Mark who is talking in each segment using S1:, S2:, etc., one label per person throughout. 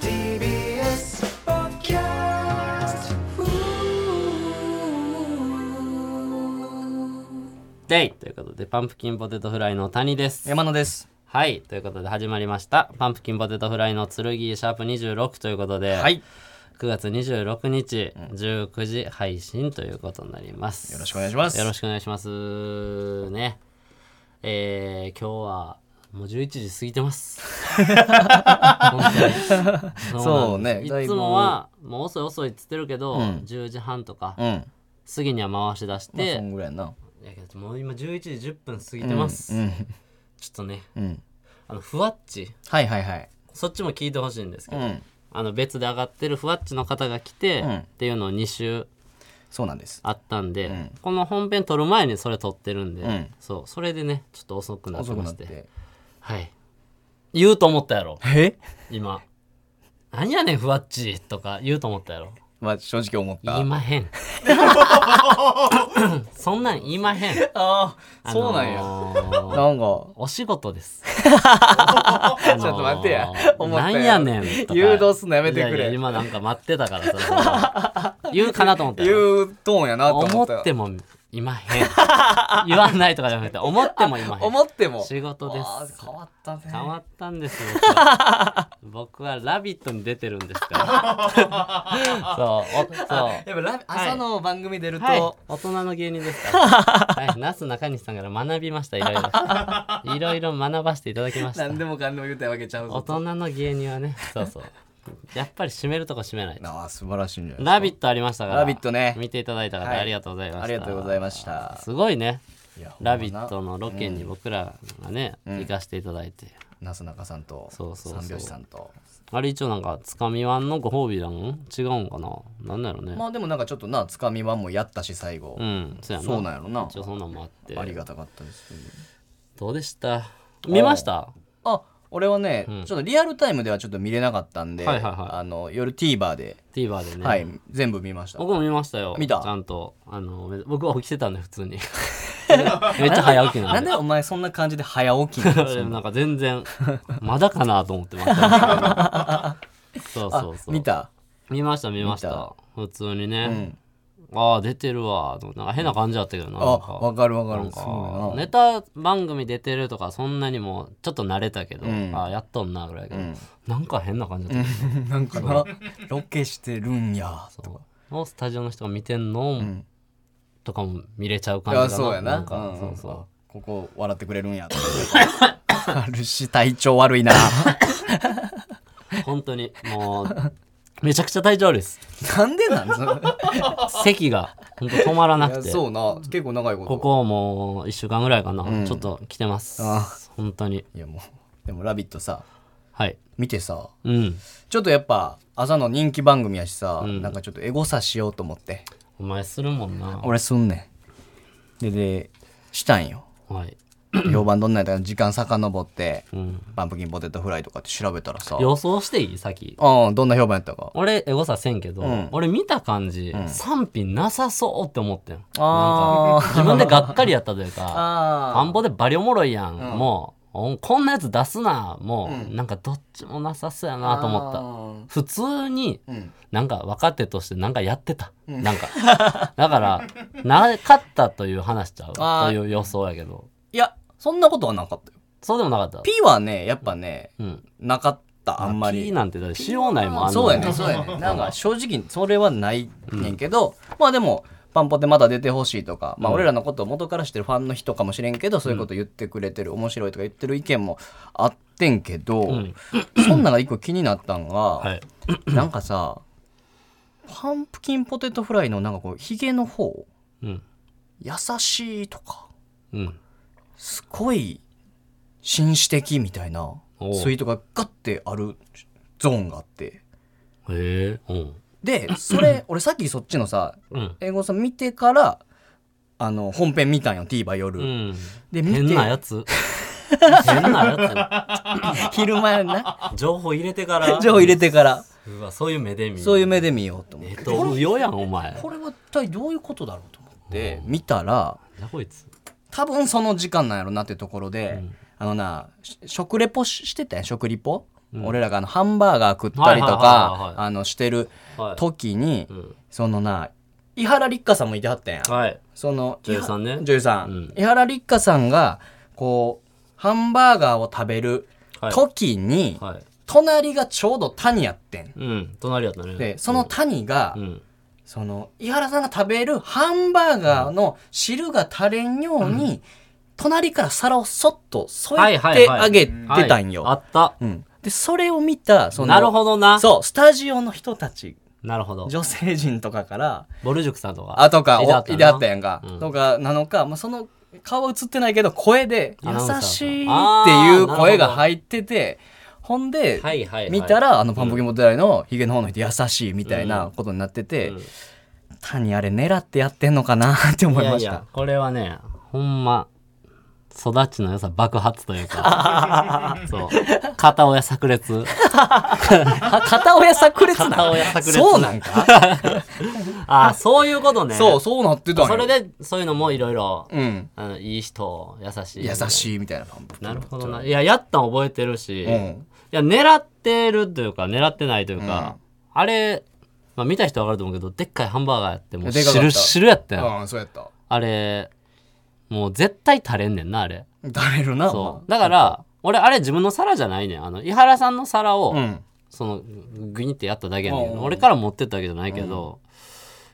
S1: TBS ポッキャスト
S2: デイということで、パンプキンポテトフライの谷です。
S3: 山野です。
S2: はい、ということで始まりました。パンプキンポテトフライの剣シャープ26ということで、
S3: はい。
S2: 9月26日、19時配信ということになります。
S3: よろしくお願いします。
S2: よろしくお願いします。ね。えー、今日は、もう11時過ぎ てます。本当に
S3: そうね
S2: そうなんですいつもは、もう遅い遅いっつってるけど、
S3: ん
S2: 10時半とか、
S3: うん。ま
S2: 過ぎには回し出し
S3: あ
S2: て、
S3: そんぐらいやな。
S2: いやけどもう今11時10分過ぎてます。
S3: うん。
S2: ちょっとね、
S3: うん。
S2: あの、ふわっち、
S3: はいはいはい。
S2: そっちも聞いてほしいんですけ
S3: う
S2: ど、
S3: ん。
S2: あの別で上がってるふわっちの方が来て、
S3: うん
S2: っていうのを2週
S3: そうなんです。
S2: あったんで、
S3: ん
S2: この本編撮る前にそれ撮ってるんで、
S3: ん
S2: そうそれでねちょっと遅くなって
S3: 遅く
S2: ま
S3: なっ
S2: して
S3: て。
S2: はい言うと思ったやろ
S3: え
S2: 今何やねんふわっちとか言うと思ったやろ
S3: まあ正直思った。
S2: 言いま へんそんなん言いまへん、
S3: ああ、そうなんや。
S2: や
S3: なんか、
S2: お仕 事です。
S3: ちょっと待ってや。思った
S2: なんやねんとか。
S3: 誘導すんのやめてくれ
S2: いやいや今なんか待ってたからさ。そ の言うかなと思った
S3: 言
S2: よ。
S3: うトーンやなと思
S2: 思
S3: っ。
S2: ったてもいまへん。 言わないとかじゃなくて、思ってもいまへん。
S3: 思っても。
S2: 仕事で
S3: あ
S2: す
S3: ー。変わったね。
S2: 変わったんですよ。 僕は僕は「ラビット!」に出てるんです から。そう、おそう。
S3: やっぱラ朝の番組出ると、
S2: はい、大人の芸人で すから。はい、なすなかにしさんから学びました、いろ いろ。いろいろ学ばせていただきました。
S3: 何でもかんでも言うたわけちゃう
S2: 大
S3: ぞ。
S2: 人の芸人はね、そうそう。やっぱり締めるとこ締めないと。
S3: ああ、素晴らしいんじゃない
S2: ラビットありましたから。
S3: ラビットね
S2: 見ていただいた方、
S3: はい
S2: ありがとうございました。
S3: ありがとうございまし
S2: す。
S3: た。
S2: ごいね。
S3: いや
S2: ラビット
S3: ほんま
S2: のロケに僕らがね、行かせていただいて。
S3: ななすなかさんと、
S2: そうそうそう
S3: 三拍子さんと。
S2: あれ一応なんか、つかみワンのご褒美なん違うんかななんだろうね。
S3: まあでもなんかちょっとな、つかみ版もやったし、最後
S2: う。ん、そうやな。
S3: そうなんやろな
S2: 一。応そんなんもあって。
S3: ありがたかったですけど。
S2: どうでした見ました
S3: あ俺はね、ちょっとリアルタイムではちょっと見れなかったんで、
S2: はいはいはい
S3: あの夜 TVer で、
S2: ?TVer でね。
S3: はい、全部見ました
S2: 僕も見ましたよ。
S3: 見た
S2: ちゃんと。あの、め僕は起きてたんで、普 通に。めっちゃ早起き
S3: な
S2: な
S3: んん
S2: で。
S3: でお前そんな感じで早起きなの
S2: それなんか全 然、まだかなと思ってました。そうそうそう。
S3: 見た
S2: 見ました、見ました。普通にね。ああ、出てるわ。と思ってなんか変な感じだったけどな。
S3: あ
S2: なん
S3: わ
S2: か
S3: かるわか
S2: な
S3: る
S2: ん
S3: すご
S2: か
S3: いな
S2: ネタ番組出てるとかそんなにもちょっと慣れたけど、
S3: ん
S2: ああやっとんなぐらいやけど、なんか変な感じだったけ
S3: なんか なロケしてるんやと
S2: ど、
S3: か
S2: もうスタジオの人が見てんの、
S3: ん
S2: とかも見れちゃう
S3: い
S2: 感じ
S3: や
S2: だな
S3: そうやなん
S2: か、
S3: ん
S2: そうそう
S3: ここ笑ってくれるんやとかあるし体調悪 いな
S2: 本当にもうめちゃくちゃ体調悪い です
S3: なんでなんその
S2: 咳が本当止まらないく
S3: や
S2: て
S3: そうな結構長いこと
S2: ここもう1週間ぐらいかな、
S3: ん
S2: ちょっと来てます
S3: あ
S2: 本当に
S3: いやもうでも「ラビット!」さ
S2: はい
S3: 見てさ
S2: うん
S3: ちょっとやっぱ朝の人気番組やしさ、なんかちょっとエゴサしようと思って
S2: お前するもんな
S3: 俺すんねんででしたん よ
S2: はい、
S3: 評判どんなんやったか時間遡って、
S2: うん、
S3: パンプキンポテトフライとかって調べたらさ
S2: 予想していい先
S3: うんどんな評判やったか
S2: 俺エゴサせんけど、
S3: ん
S2: 俺見た感じ、賛否なさそうって思ってん
S3: あー
S2: なんか自分でがっかりやったというか田 ん
S3: あ
S2: ぼでバリおもろいやん、もうおこんなやつ出すなもう、なんかどっちもなさそうやなと思った普通に、
S3: ん
S2: なんか若手としてなんかやってた、なんかだからなかったという話ちゃう
S3: あー
S2: という予想やけど
S3: いやそんなことはなかったよ
S2: そうでもなかった
S3: P はねやっぱね
S2: うん
S3: なかったあんま
S2: P
S3: り
S2: なんてだってしようないもんあんな
S3: そうやねそうやねなんか正直それはないねんけど、まあでもパンポテまた出てほしいとか、まあ、俺らのことを元から知ってるファンの人かもしれんけど、そういうこと言ってくれてる面白いとか言ってる意見もあってんけど、
S2: ん
S3: そんなが一個気になったんが、
S2: はい
S3: なんかさパンプキンポテトフライのなんかこうヒゲの方
S2: うん
S3: 優しいとか
S2: うん
S3: すごい紳士的みたいな
S2: おう
S3: ツイートがガッてあるゾーンがあって
S2: へえうん
S3: でそ れ俺さっきそっちのさ
S2: うん
S3: 英語さん見てからあの本編見たんよ TVer 夜、
S2: うん
S3: で見て
S2: 変な やつ変なや
S3: 昼前な
S2: つ情報入れてから
S3: 情報入れてから
S2: うわ そういう目で見る
S3: そういう目で見ようと思っ
S2: え
S3: て
S2: っとうよやんお前
S3: これは一体どういうことだろうと思って見たら
S2: なんだこいつ
S3: 多分その時間なんやろなってところで、あのなし食レポししてたやん食リポ、俺らがあのハンバーガー食ったりと
S2: はいはいはいは
S3: か
S2: い
S3: あのしてる
S2: はい
S3: 時に、
S2: ん
S3: そのな伊原六花さんもいてはったんやん
S2: はい。
S3: その
S2: 女優さんね
S3: 女優さん、
S2: うん
S3: 伊原六花さんがこうハンバーガーを食べる
S2: はい
S3: 時に、
S2: はい。
S3: 隣がちょうど谷やってん
S2: うん。隣やったね。
S3: でその谷が、
S2: うん。
S3: その伊原さんが食べるハンバーガーの汁が足りんように、隣から皿をそっと添えてあげてたんよ、
S2: はいあった。
S3: うん、でそれを見たその
S2: なるほどな。
S3: そうスタジオの人たち
S2: なるほど。
S3: 女性陣とかから
S2: ぼる塾さんとか。
S3: あとか、お
S2: ない
S3: であったやんか。
S2: うん
S3: とか、なのか、まあ、その、顔は映ってないけど、声で、
S2: アナウンサーさん
S3: 優しいっていう声が入ってて、ほんで、
S2: はいはいはい
S3: 見たら、あの、パンプキンモデライのヒゲの方の人、優しいみたいなことになってて、
S2: うん
S3: 谷あれ狙ってやってんのかなって思いました。
S2: いやいやこれはねほんま育ちの良さ爆発というか そう片親炸裂
S3: は片親炸裂な
S2: 片親炸裂
S3: そうなんか、
S2: ああそういうこと ね
S3: そう、そうなってたんよ
S2: それ、でそういうのもいろいろ
S3: うん。
S2: あのいい人優しい
S3: 優しいみたいなパンプキン
S2: なるほどないややったん覚えてるし、
S3: う
S2: い
S3: ん。
S2: や狙ってるというか狙ってないというか、あれ、まあ、見た人は分かると思うけどでっかいハンバーガーやってもう
S3: でかかった
S2: 汁汁やったよ、
S3: うん、そうやった。
S2: あれもう絶対垂れんねんなあれ
S3: だれるな、
S2: そ
S3: お
S2: うだから俺あれ自分の皿じゃないねんあの井原さんの皿を、
S3: 前うん。
S2: そのグニってやっただけやねんけ
S3: うん
S2: ど
S3: うん
S2: 俺から持ってったわけじゃないけど、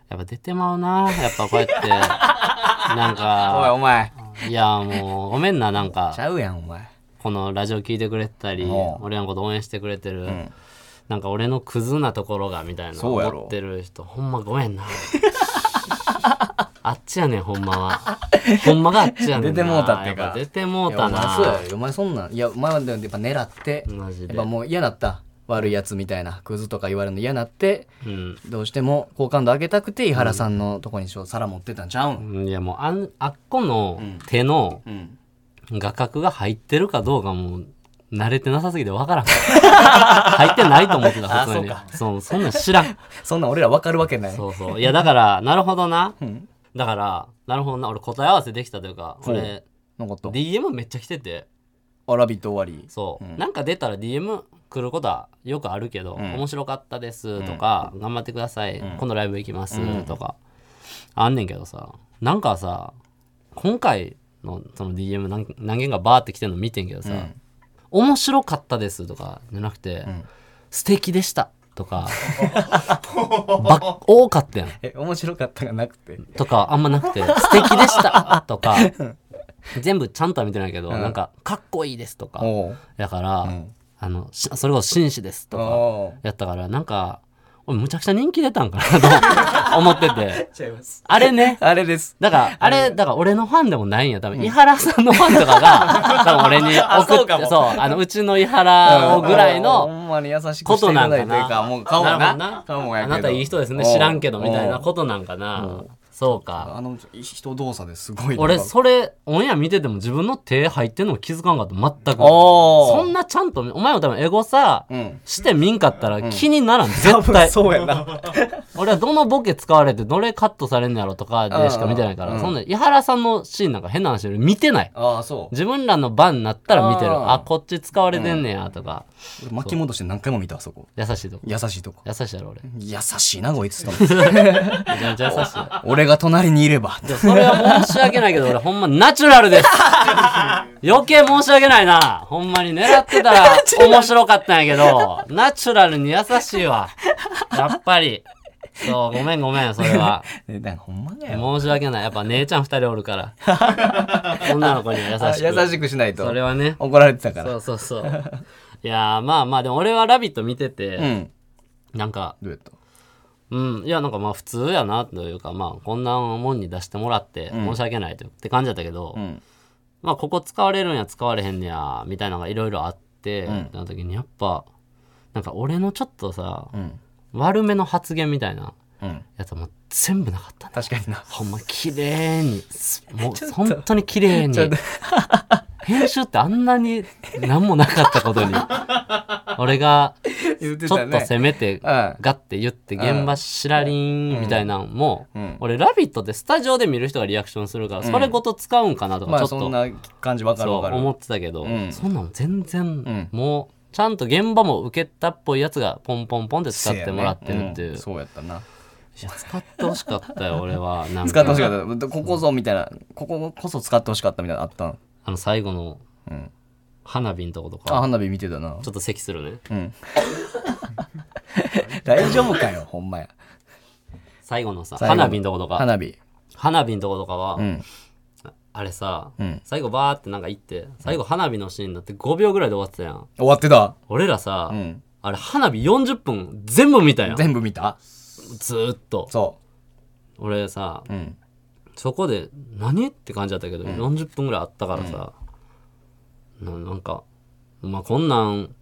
S2: やっぱ出てまうなやっぱこうやっ てなん
S3: おい、
S2: か
S3: お前。
S2: いやもうごめんななん
S3: ち
S2: か
S3: ゃうやん、お前。
S2: このラジオ聞いてくれてたり
S3: うん
S2: 俺らのこと応援してくれてる、
S3: ん
S2: なんか俺のクズなところがみたいな
S3: そうやろ
S2: 思ってる人ほんまごめんな あっちやねんほんまはほんまがあっちやねんな
S3: 出てもうたってか
S2: やぱ出ても
S3: いうや
S2: た
S3: お前
S2: な
S3: そうやろお前そんなんいやお前はでもやっぱ狙って
S2: マジ
S3: や
S2: で
S3: っぱもう嫌だった悪いやつみたいなクズとか言われるの嫌なって
S2: うん
S3: どうしても好感度上げたくて井原さんのとこに皿持ってたんちゃうん
S2: うんいやもうあんあっこの手の
S3: うん
S2: 画角が入ってるかどうかもう慣れてなさすぎて分 からん入ってないと思ってた
S3: あ
S2: さすがに
S3: そう
S2: そうそんなん知らん
S3: そんなん俺ら分かるわけない
S2: そうそういやだからなるほどな
S3: うん
S2: だからなるほどな俺答え合わせできたというか
S3: ほう
S2: 俺
S3: のこと
S2: DM めっちゃ来てて
S3: 「あラビット!」終わり
S2: そう、
S3: ん
S2: なんか出たら DM 来ることはよくあるけど、
S3: ん
S2: 面白かったですとか、頑張ってください、今度ライブ行きますとか、あんねんけどさなんかさ今回のその DM 何何件かバーって来てんの見てんけどさ、面白かったですとかじゃなくて、素敵でしたと かば多かったやん
S3: え面白かったがなくて
S2: とかあんまなくて素敵でしたとか全部ちゃんとは見てないけど、なんかかっこいいですとか
S3: おう
S2: だから、あのしそれこそ紳士ですとか
S3: おう
S2: やったからなんか俺むちゃくちゃ人気出たんかな と思ってて
S3: ちゃいます
S2: あれね
S3: あれです
S2: だからあれだから俺のファンでもないんや多分井原さんのファンとか が多分俺に
S3: あ
S2: 送
S3: そう
S2: っ
S3: か
S2: て
S3: も
S2: そうあのうちの井原をぐら
S3: う
S2: い
S3: んほ
S2: の
S3: んまに優しくしていただいて
S2: ことなんかな
S3: もう顔も
S2: なる
S3: な
S2: ほどな
S3: 顔もや
S2: あ
S3: けど
S2: なたいい人ですね知らんけどみたいな
S3: おう
S2: ことなんかなそうか
S3: あの人動作ですごい
S2: 俺それオンエア見てても自分の手入ってんのも気づかんかった全く
S3: おー
S2: そんなちゃんとお前も多分エゴさ
S3: うん
S2: してみんかったら気にな らん
S3: 多
S2: 絶
S3: 分
S2: 対
S3: そうやな
S2: 俺はどのボケ使われてどれカットされんのやろとかでしか見てないか
S3: うん
S2: らそんな井原さんのシーンなんか変な話より見てない
S3: ああそう
S2: 自分らの番になったら見てる
S3: あー
S2: あこっち使われてんねやとか
S3: 俺巻き戻して何回も見たあそこ
S2: 優しいとこ
S3: 優しいとこ
S2: 優しいやろ 俺
S3: 優しいなこいつと
S2: めちゃめちゃ優しい
S3: 俺が隣にいれば
S2: でもそれは申し訳ないけど俺ほんまナチュラルです 余計申し訳ないなほんまに狙って たら面白かったんやけどナチュラルに優しいわやっぱりそうごめんごめんそれは
S3: ねなんかほんまだよ
S2: 申し訳ないやっぱ姉ちゃん二人おるから 女の子には優
S3: あ
S2: しく
S3: 優しくしないと
S2: それはね
S3: 怒られてたか
S2: そ
S3: ら
S2: うそうそう いやーまあまあでも俺は「ラビット!」見て
S3: う
S2: て、
S3: ん
S2: なんか
S3: どうやった
S2: うんいやなんかまあ普通やなというかまあこんなもんに出してもらって申し訳ないというって感じだったけど、
S3: ん
S2: まあここ使われるんや使われへんねやみたいなのがいろいろあって、その時にやっぱなんか俺のちょっとさ、
S3: ん
S2: 悪めの発言みたいな
S3: うん
S2: やつも全部なかったね
S3: 確かにな
S2: ほんま綺麗にすもう本当に綺麗に
S3: ちょっと
S2: 編集ってあんなに何もなかったこ とに俺が
S3: 言って
S2: ちょ
S3: た
S2: っと
S3: ね
S2: 攻めて
S3: うん
S2: ガッて言って現場しらりんみたいなんも
S3: うん
S2: 俺「ラビット!」ってスタジオで見る人がリアクションするからそれごと使うんかなと
S3: ま
S2: かちょ
S3: あ
S2: っと
S3: そんな感じわかる
S2: そ
S3: わ
S2: う
S3: かる
S2: 思ってたけど
S3: うん
S2: そんなん全
S3: ん
S2: 然もうちゃんと現場も受けたっぽいやつがポンポンポンで使ってもらってるっていう
S3: うん
S2: い
S3: そうやったな
S2: や使ってほしかったよ俺はなん
S3: 使ってほし
S2: か
S3: かったここぞみたいなこここそ使ってほしかったみたいなのあったん
S2: あの最後の
S3: うん
S2: 花火のとこと
S3: あ
S2: か
S3: 花火見てたな
S2: ちょっと咳するね
S3: うん 大丈夫かよほんまや
S2: 最後のさ
S3: 最後の
S2: 花火のとことか
S3: 花火
S2: 花火のとことかは
S3: うん
S2: あれさ
S3: うん
S2: 最後バーってなんか行って最後花火のシーンになって5秒ぐらいで終わってたやん
S3: 終わってた
S2: 俺らさ、
S3: うん
S2: あれ花火40分全部見たやんず
S3: 全部見た
S2: ーっと
S3: そ
S2: 俺さ
S3: ううん
S2: そこで何って感じだったけど、40分ぐらいあったからさ、ななんか、まあ、こんなん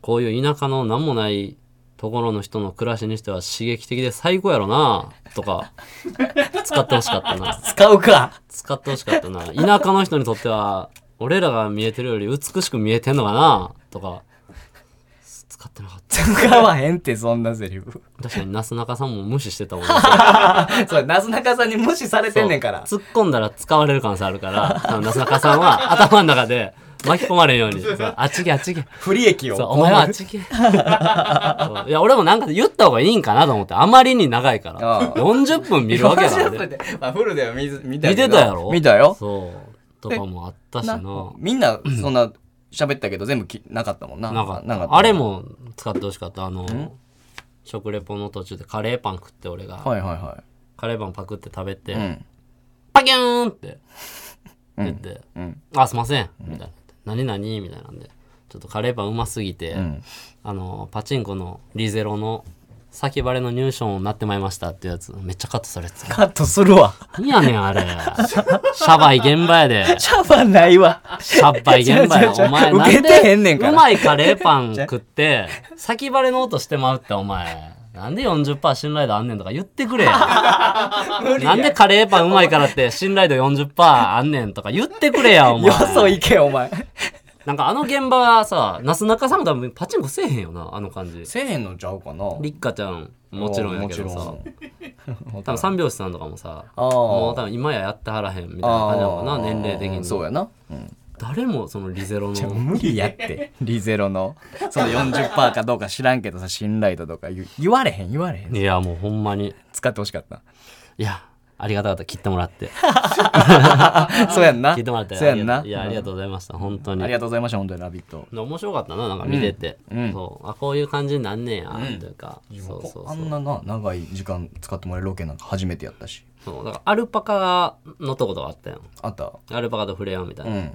S2: こういう田舎の何もないところの人の暮らしにしては刺激的で最高やろなとか使ってほしかったな
S3: 使うか
S2: 使ってほしかったな田舎の人にとっては俺らが見えてるより美しく見えてんのかなとか使ってなかった
S3: 使わへんってそんなセリ フ
S2: 確かになすなかさんも無視してたもんね
S3: そうなすなかさんに無視されてんねんから
S2: そう突っ込んだら使われる可能性あるからそのなすなかさんは頭の中で巻き込まれるように そうあっちげあっちげ
S3: 不利益を
S2: そうお前はあっちげそういや俺もなんか言った方がいいんかなと思ってあまりに長いから
S3: ああ
S2: 40分見るわけなんで
S3: まあフルで は見ず見た
S2: 見
S3: けど
S2: てたやろ
S3: 見たよ
S2: そうとかもあったしな
S3: なみんなそんな喋ったけど全部きなかったもんな
S2: なんか
S3: なかった
S2: あれも使ってほしかったあの食レポの途中でカレーパン食って俺が、
S3: はいはいは
S2: カレーパンパクって食べて、
S3: いうん
S2: パキューンって言って「
S3: うん
S2: あすいません」みたいな「何何?」みたいなんでちょっとカレーパンうますぎて、
S3: ん
S2: あのパチンコのリゼロの先バレの入賞になってまいりましたってやつめっちゃカットされてた
S3: カットするわ
S2: 何やね んあれシャバい現場やで
S3: シャワーないわ
S2: シャッバイ現場や
S3: ちゃ
S2: お
S3: うちゃう
S2: 前
S3: ちゃう
S2: なんで
S3: 受けてへんねんから
S2: うまいカレーパン食って先バレの音してまうってお前なんで40%信頼度あんねんとか言ってくれやなんでカレーパンうまいからって信頼度40%あんねんとか言ってくれやお前
S3: よそいけお前
S2: なんかあの現場はさなすなかさんも多分パチンコせえへんよなあの感じ
S3: せえへんのちゃうかな
S2: りっかちゃんもちろんやけどさ
S3: も
S2: 多分三拍子さんとかもさ
S3: あー
S2: もう多分今ややってはらへんみたいな感じなのかな年齢的
S3: うんそう
S2: に
S3: やな
S2: 誰もそのリゼロの
S3: 無理やってリゼロのその40%かどうか知らんけどさ信頼度とか言う言われへん言われへん
S2: いやもうほんまに
S3: 使ってほしかった
S2: いや、ありがたかった。切っても らって。
S3: そうやんな
S2: 切ってもらって。
S3: そうやんない
S2: や、ありがとうございました。本当
S3: うん
S2: に。
S3: ありがとうございました本当に「ラビット!
S2: 面白かったな、なんか見てて。
S3: うん
S2: そうあこういう感じになんねや、というか。そ
S3: こ
S2: う
S3: こ」
S2: そう
S3: あ
S2: そ
S3: ん
S2: う。
S3: なな長い時間使ってもらえるロケなんか初めてやったし
S2: そうだからアルパカのとことがあったよ。
S3: あった
S2: アルパカと触れ合うみたいうな、
S3: ん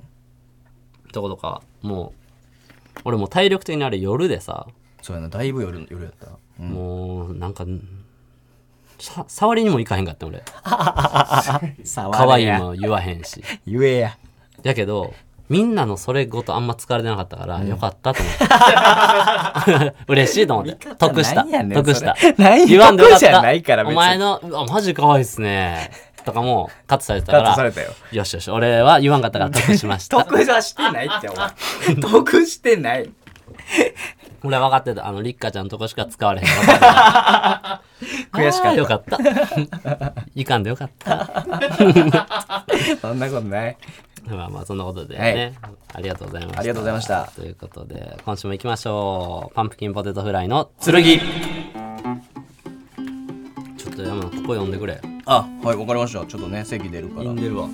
S2: とことか、もう、俺もう体力的にあれ夜でさ、
S3: そうやなだいぶ夜夜やったうん
S2: もうなんか、さ触りにも行かへんかった俺。可
S3: 可
S2: 愛いも言わへんし。
S3: 言えや
S2: やけど、みんなのそれごとあんま疲れてなかったから、よかったと思 って。嬉しいと思って。得した。
S3: 何やねん
S2: 得した
S3: それ。何
S2: 言わんでよかっ
S3: 得じゃ
S2: た。
S3: ないから別
S2: お
S3: に
S2: 前の、あ、マジ可愛いっすね。とかもカットされてた
S3: カ
S2: か
S3: ッ
S2: ら。
S3: トされたよ
S2: よしよし、俺は言わんかったから得しま した。
S3: 得はしてない ってお前得してない
S2: 俺は分かってた。あの、リッカちゃんのとこしか使われへんかったから。
S3: 悔しか
S2: あーよ
S3: っ
S2: かった。 いかんでよかった。
S3: たそんなことない
S2: まあまあ、そんなことでね。ありがとうございました。
S3: ありがとうございました
S2: ということで、今週も行きましょう。パンプキンポテトフライの剣。ちょっと山田、ここ読んでくれ。
S3: あはいわかりましたちょっとね席出るから
S2: でるわ。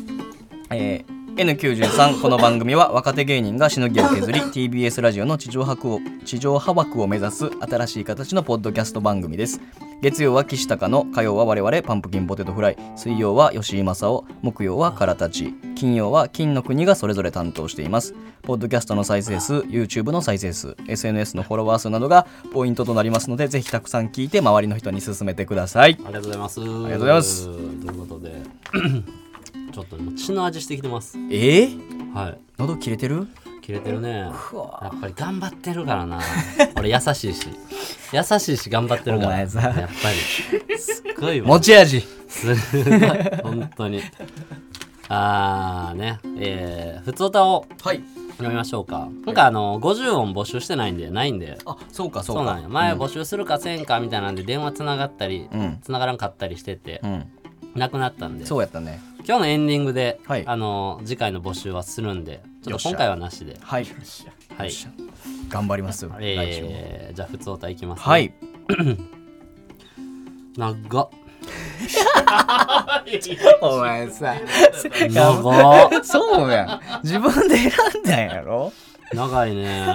S3: えー N93 この番組は若手芸人がしのぎを削り TBS ラジオの地上波を地上波枠を目指す新しい形のポッドキャスト番組です月曜は岸高の火曜は我々パンプキンポテトフライ水曜は吉井正夫木曜は空たち金曜は金の国がそれぞれ担当していますポッドキャストの再生数 YouTube の再生数 SNS のフォロワー数などがポイントとなりますのでぜひたくさん聞いて周りの人に勧めてください
S2: ありがとうございます。ありが
S3: とうございます
S2: ということで、 ちょっと今血の味してきてます。
S3: えー、
S2: は
S3: 喉切れてる
S2: い。切れてるね。や
S3: わ
S2: っぱり頑張ってる からな。俺優しいし。優しいし頑張ってるから。
S3: お前さ
S2: やっぱり。すっごいわ。
S3: 持ち味
S2: すごい。本当に。ああーね、えー、普通歌を
S3: はい
S2: 読みましょうか。今回あの、50音募集してないんで、ないんで。
S3: あそうかそう
S2: そうな
S3: か
S2: んよ。前募集するかせんかみたいなんで、電話つながったり、
S3: うん
S2: つながらんかったりしてて
S3: う、ん
S2: なくなったんで、
S3: そうやったね
S2: 今日のエンディングで、
S3: はい
S2: あの、次回の募集はするんで、ちょ
S3: よっ
S2: っ
S3: し
S2: と
S3: ゃ
S2: 今回はなしで。
S3: はい
S2: はい。
S3: 頑張ります来週も
S2: えー、じゃあ、普通歌いきます、ね。
S3: は。い
S2: 長っ。
S3: お前 さ
S2: 長 っ。
S3: そうやん自分で選んだんやろ
S2: 長 いね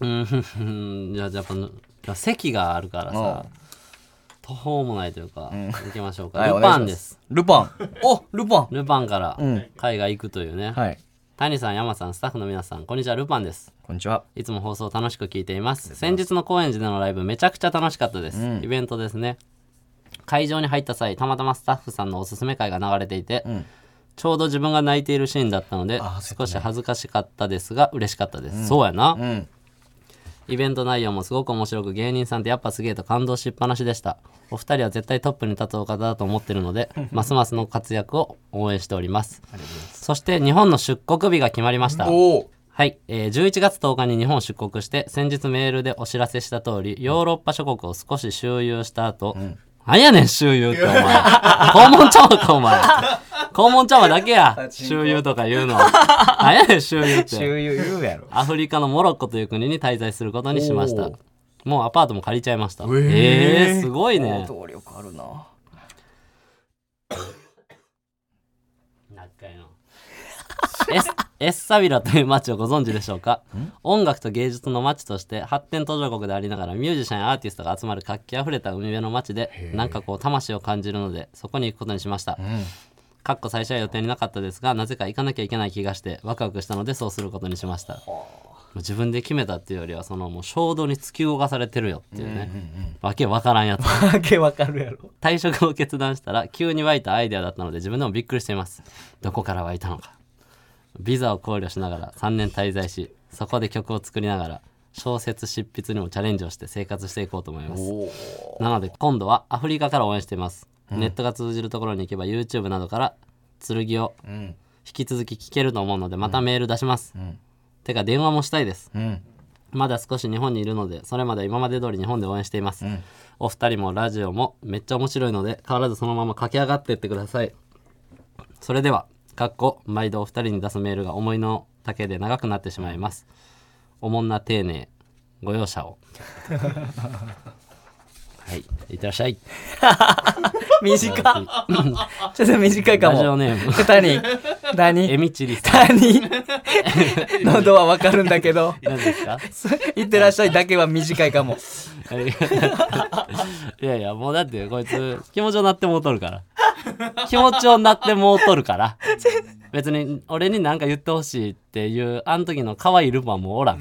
S2: うんふんふんじゃあやっぱ席があるからさ途方もないというか、行きましょうか、
S3: はい
S2: ル
S3: お願い
S2: パ
S3: し
S2: ン
S3: ます
S2: です
S3: ルパンおルパン
S2: ルパンから
S3: ん
S2: 海外行くというね、
S3: はい
S2: 谷さん山さんスタッフの皆さんこんにちはルパンです
S3: こんにちはい
S2: つも放送楽しく聞いています先日の高円寺でのライブめちゃくちゃ楽しかったです、イベントですね会場に入った際たまたまスタッフさんのおすすめ会が流れていて、ちょうど自分が泣いているシーンだったので
S3: あーそう
S2: 少し恥ずかしかったですが嬉しかったです、そうやな、
S3: うん
S2: イベント内容もすごく面白く芸人さんってやっぱすげえと感動しっぱなしでしたお二人は絶対トップに立つお方だと思ってるの でますますの活躍を応援しておりますそして日本の出国日が決まりました
S3: おお
S2: はい、えー11月10日に日本出国して先日メールでお知らせした通りヨーロッパ諸国を少し周遊した後、なんやねん周遊 ってお前肛門ちゃうかお前肛門ちゃうわだけや周遊とか言うのなんやねん 周遊って
S3: 周遊言うやろ
S2: アフリカのモロッコという国に滞在することにしました
S3: おー
S2: もうアパートも借りちゃいましたえー、すごいね
S3: 行動力あるな
S2: エスエッサビラという街をご存知でしょうか音楽と芸術の街として発展途上国でありながらミュージシャンやアーティストが集まる活気あふれた海辺の街でなんかこう魂を感じるのでそこに行くことにしました、かっこ最初は予定になかったですがなぜか行かなきゃいけない気がしてワクワクしたのでそうすることにしましたもう自分で決めたっていうよりはそのもう衝動に突き動かされてるよっていうね、わけわからんやつ
S3: わけわかるやろ
S2: 退職を決断したら急に湧いたアイデアだったので自分でもびっくりしていますどこから湧いたのかビザを考慮しながら3年滞在しそこで曲を作りながら小説執筆にもチャレンジをして生活していこうと思います
S3: お
S2: なので今度はアフリカから応援しています、ネットが通じるところに行けば YouTube などから剣を
S3: うん
S2: 引き続き聞けると思うのでまたメール出します、てか電話もしたいです
S3: うん
S2: まだ少し日本にいるので、それまで今まで通り日本で応援しています。お二人もラジオもめっちゃ面白いので、変わらずそのまま駆け上がってってください。それでは、かっこ、毎度お二人に出すメールが思いの丈で長くなってしまいます。おもんな丁寧、ご容赦を。はい、いってらっしゃい。
S3: 短っ ちょっと短いか
S2: ラジオ
S3: も
S2: ネーム、
S3: 何何
S2: えみちりさん。
S3: 何 喉はわかるんだけど
S2: 何です か
S3: いってらっしゃいだけは短いかも
S2: ありがとういやいや、もうだってこいつ気持ちをなってもうとるから。気持ちをなってもうとるから。別に俺に何か言ってほしいっていう、あの時の可愛いルパンもおらん。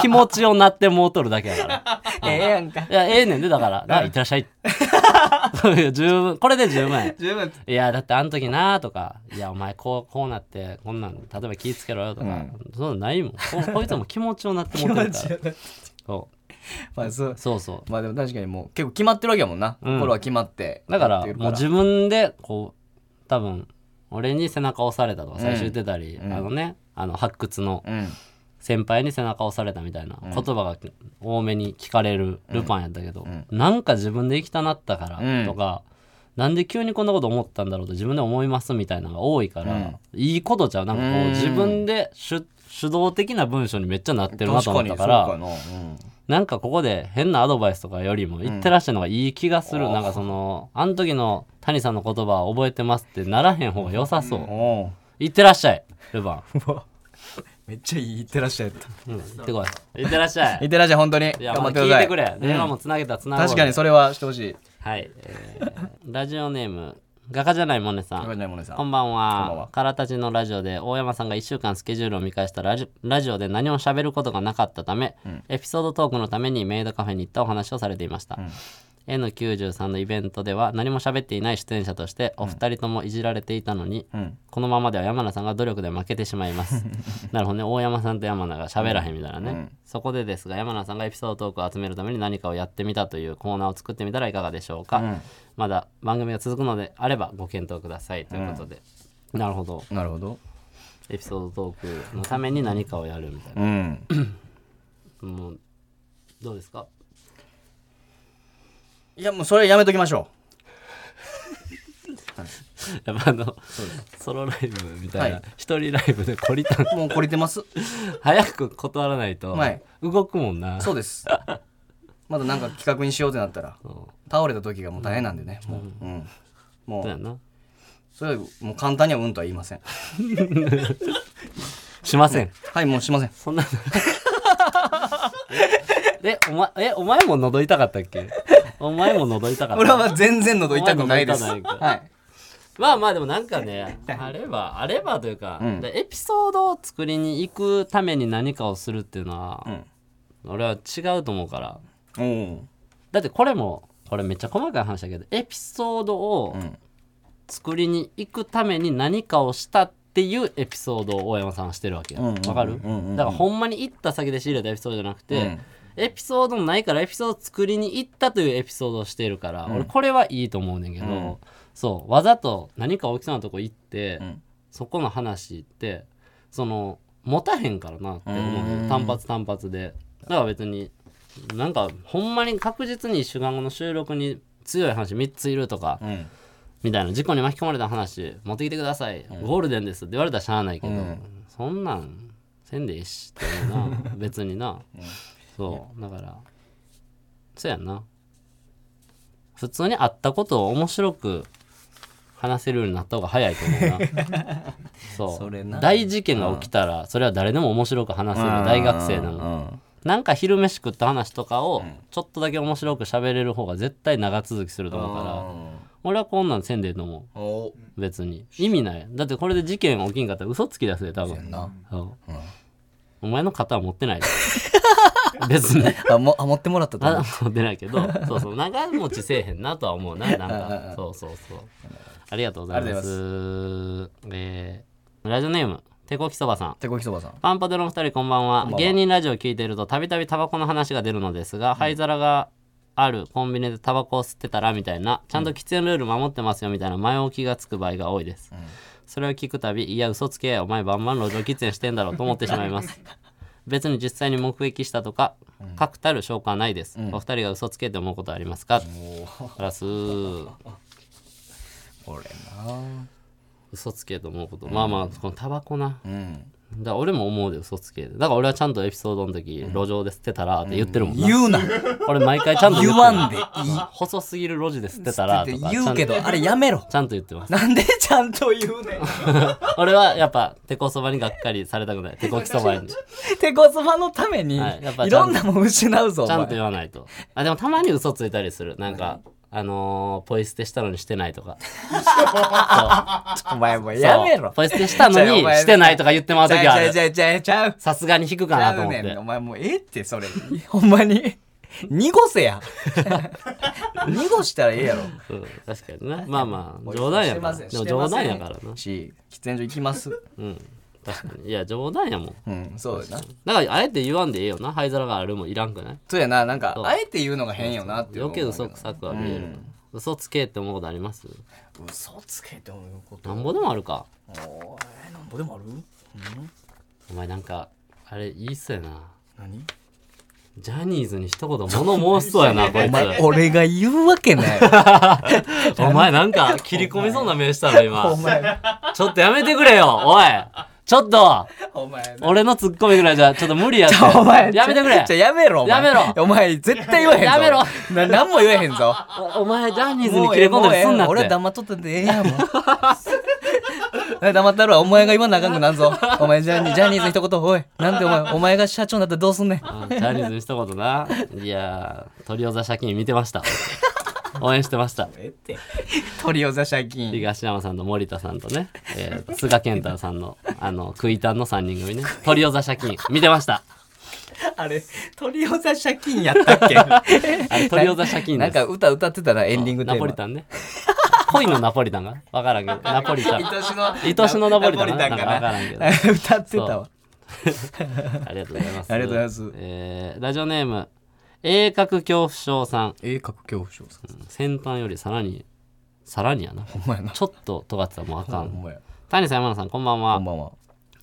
S2: 気持ちをなってもうとるだけやから。
S3: ええやんか
S2: いや、ええねんで、だから。な、いってらっしゃい。そういう十分、これで十分や。
S3: 十分
S2: いや、だってあの時なとか、いや、お前こう、こうなって、こんなん、例えば気ぃつけろよとか、そんなんないもん。ここいつは もう気持ちをなってもうとるから。そう
S3: まあそう
S2: そうそう。
S3: まあでも確かにもう結構決まってるわけやもんな、
S2: うん
S3: 心は決まって
S2: だから
S3: やってる
S2: もう自分でこう多分俺に背中押されたとか最初言ってたり、
S3: うん
S2: あのねあの発掘の
S3: うん
S2: 先輩に背中押されたみたいな、言葉が多めに聞かれるルパンやったけど、なんか自分で生きたなったか
S3: うん
S2: らとか、なんで急にこんなこと思ったんだろうと自分で思いますみたいなのが多いから、いいことちゃうなんかこ
S3: うん
S2: う自分で主主導的な文章にめっちゃなってるなと思ったから
S3: 確にそうかな、うん
S2: なんかここで変なアドバイスとかよりも言ってらっしゃるのがいい気がする、なんかそのあの時の谷さんの言葉覚えてますってならへん方が良さそう、
S3: お
S2: 言ってらっしゃいルヴァン、
S3: めっちゃいいってらっしゃいい
S2: うん、行ってこい言ってらっしゃい
S3: ってらっしゃい本当に
S2: いや
S3: 頑張
S2: まあ
S3: ってくだ
S2: 聞い
S3: さ
S2: て
S3: い
S2: くれ電話もつなげたらつなが
S3: 確かにそれはしてほしい
S2: はい、えーラジオネーム画家じゃないもんねさん
S3: わかんないもんねさん
S2: こんばん
S3: こんばん
S2: は
S3: は。
S2: カラタチのラジオで大山さんが1週間スケジュールを見返したラジラジオで何も喋ることがなかったため、エピソードトークのためにメイドカフェに行ったお話をされていました。N93 のイベントでは何も喋っていない出演者としてお二人ともいじられていたのに、このままでは山名さんが努力で負けてしまいます なるほどね大山さんと山名が喋らへんみたいなね、そこでですが山名さんがエピソードトークを集めるために何かをやってみたというコーナーを作ってみたらいかがでしょうか、まだ番組が続くのであればご検討くださいということで、なるほど
S3: なるほど
S2: エピソードトークのために何かをやるみたいな
S3: うん
S2: もうどうですか
S3: いやもうそれやめときましょ
S2: やっぱあのソロライブみたい
S3: は
S2: ない一、人ライブでこりたん
S3: うもうこれてます
S2: 早く断らないと
S3: はい
S2: 動くもんな、
S3: そうですまだなんか企画にしようってなったら
S2: そ
S3: 倒れた時がもう大変なんでねもう、うん、も
S2: うだ
S3: う
S2: よな
S3: それはもう簡単にはうんとは言いません
S2: しません
S3: はいもうしません
S2: そんなの えお前えお前も喉痛かったっけお前も喉痛かった
S3: 俺は全然喉痛くないです
S2: お前 喉痛ないか
S3: はい
S2: まあまあでもなんかねあればあればというか、
S3: うん
S2: でエピソードを作りに行くために何かをするっていうのは、俺は違うと思うから
S3: おう
S2: だってこれもこれめっちゃ細かい話だけどエピソードを
S3: ん
S2: 作りに行くために何かをしたっていうエピソードを大山さんはしてるわけや
S3: うんう
S2: わ、
S3: んうん
S2: かる、
S3: うんうん
S2: だからほんまに行った先で仕入れたエピソードじゃなくて、
S3: うん
S2: エピソードもないからエピソード作りに行ったというエピソードをしてるから、俺これはいいと思うねんけど、
S3: うん
S2: そうわざと何か大きそうなとこ行って、
S3: ん
S2: そこの話ってその持たへんからなって思うね
S3: うん
S2: 単発単発でだから別になんかほんまに確実に1週間後の収録に強い話3ついるとか、
S3: うん
S2: みたいな事故に巻き込まれた話持ってきてください、ゴールデンですって言われたらしゃあないけど、
S3: うん
S2: そんなんせんでええしって思うな別にな、そうだからそうやんな普通に会ったことを面白く話せるようになった方が早いと思うな そう
S3: それな
S2: 大事件が起きたらそれは誰でも面白く話せる大学生なの
S3: うん
S2: なんか昼飯食った話とかをちょっとだけ面白く喋れる方が絶対長続きすると思うから、俺はこんなんせんでええと思う
S3: おう
S2: 別に意味ないだってこれで事件起きんかったら嘘つき出すで多分
S3: な
S2: そうお前の型は持ってない で別に
S3: あもあ持ってもらったと思
S2: あ
S3: う
S2: 持ってないけどそうそう長持ちせえへんなとは思うななんかそうそうそうありがとうござい
S3: あり
S2: ま
S3: が
S2: す
S3: とう
S2: えーラジオネーム手こきそばさん
S3: 手こきそばさん
S2: パンパテのお二人こんばん
S3: ん
S2: は
S3: ばんは
S2: 芸人ラジオを聞いているとたびたびタバコの話が出るのですが、灰皿があるコンビニでタバコを吸ってたらみたいなちゃんと喫煙ルール守ってますよみたいな前置きがつく場合が多いです、それを聞くたびいや嘘つけお前バンバン路上喫煙してんだろうと思ってしまいます 別に実際に目撃したとか確たる証拠はないです、お二人が嘘つけって思うことはありますか、プラス
S3: これな
S2: 嘘つけと思うこと、まあまあこのタバコな
S3: うん
S2: だから俺も思うで嘘つけだから俺はちゃんとエピソードの時、路上で捨てたらって言ってるもんな、
S3: 言うな
S2: 俺毎回ちゃんと
S3: 言
S2: ってる
S3: わんでいい
S2: 細すぎる路地で捨てたら
S3: っ
S2: と
S3: て
S2: か
S3: 言うけ
S2: ち
S3: ど
S2: ゃんと
S3: あれやめろ
S2: ちゃんと言ってます
S3: なんでちゃんと言うねん
S2: 俺はやっぱ手こそばにがっかりされたくない手こきそばにち
S3: 手こそばのために、
S2: はいやっぱ
S3: い、
S2: ちゃん
S3: ろ
S2: と
S3: んなもん失うぞお
S2: ゃん
S3: 前
S2: と言わないとあでもたまに嘘ついたりするなんかあのーポイ捨てしたのにしてないとか
S3: お前もうやめろ
S2: そうポイ捨てしたのにしてないとか言ってまう
S3: ち
S2: 時
S3: ゃ
S2: あ
S3: う
S2: る
S3: ちゃうちゃうちゃう
S2: さすがに引くか
S3: ち
S2: な
S3: ゃ
S2: と
S3: う
S2: 思っ
S3: ねん
S2: て
S3: お前もうええってそれ ほんまに濁せ や濁したらええやろ
S2: うん、確かにねまあまあ冗談やから
S3: してません
S2: でも冗談やからな
S3: し喫煙所行きます
S2: うん確かにいや冗談やもん
S3: うんそうだな
S2: だからあえて言わんでええよな灰皿があるもいらんくない
S3: そうやななんか
S2: そう
S3: あえて言うのが変よなっていう
S2: 余計嘘くさくは見える、嘘つけって思うことあります
S3: 嘘つけて思うこと
S2: なんぼでもあるか
S3: おいなんぼでもある
S2: お前なんかあれいいっすよな
S3: 何
S2: ジャニーズに一言物申しそうやなこい
S3: お前
S2: つ
S3: 俺が言うわけない
S2: お前なんか切り込みそうな目したの今
S3: お前
S2: ちょっとやめてくれよおいちょっと
S3: お前
S2: 俺のツッコミぐらいじゃちょっと無理やって
S3: お前
S2: やめてく
S3: ちょ
S2: れ
S3: やめろお前
S2: やめろ
S3: お前絶対言わへんぞ
S2: やめろ
S3: な何も言えへんぞ
S2: おお前ジャニーズに切れ込んだりすんな
S3: もうええもうええ俺は
S2: って
S3: 黙っとったでええやんもう 黙ったらお前が今長くなんぞお前ジャニージャニーズ一言おいなんでお前お前が社長になったらどうすんねん
S2: うんジャニーズに一言ないやートリオザ借金見てました応援してました
S3: トリオザ借金
S2: 東山さんと森田さんとね、えー、菅健太さんのあのクイタンの3人組ね「トリオザ借金」見てました
S3: あれトリオザ借金やったっけ
S2: あれトリオザ借 金
S3: な
S2: で
S3: ん
S2: す
S3: か歌歌ってたなエンディングテ
S2: ナ
S3: ー
S2: ポ
S3: マ
S2: リタンね恋のナポリタンがわからん けどナポリタン
S3: 愛しの
S2: 愛しのナポリタン
S3: ナポリタンかな
S2: なんかわからん
S3: 歌ってたわ
S2: ありがとうございます
S3: ありがとうございます
S2: えーラジオネーム鋭角恐怖症さん
S3: 鋭角恐怖症さん
S2: 先端よりさらにさらにやな
S3: お前な
S2: ちょっと尖ってたらもうあかん
S3: お前
S2: 単サニーさん山田さんこんばんは
S3: こんばんは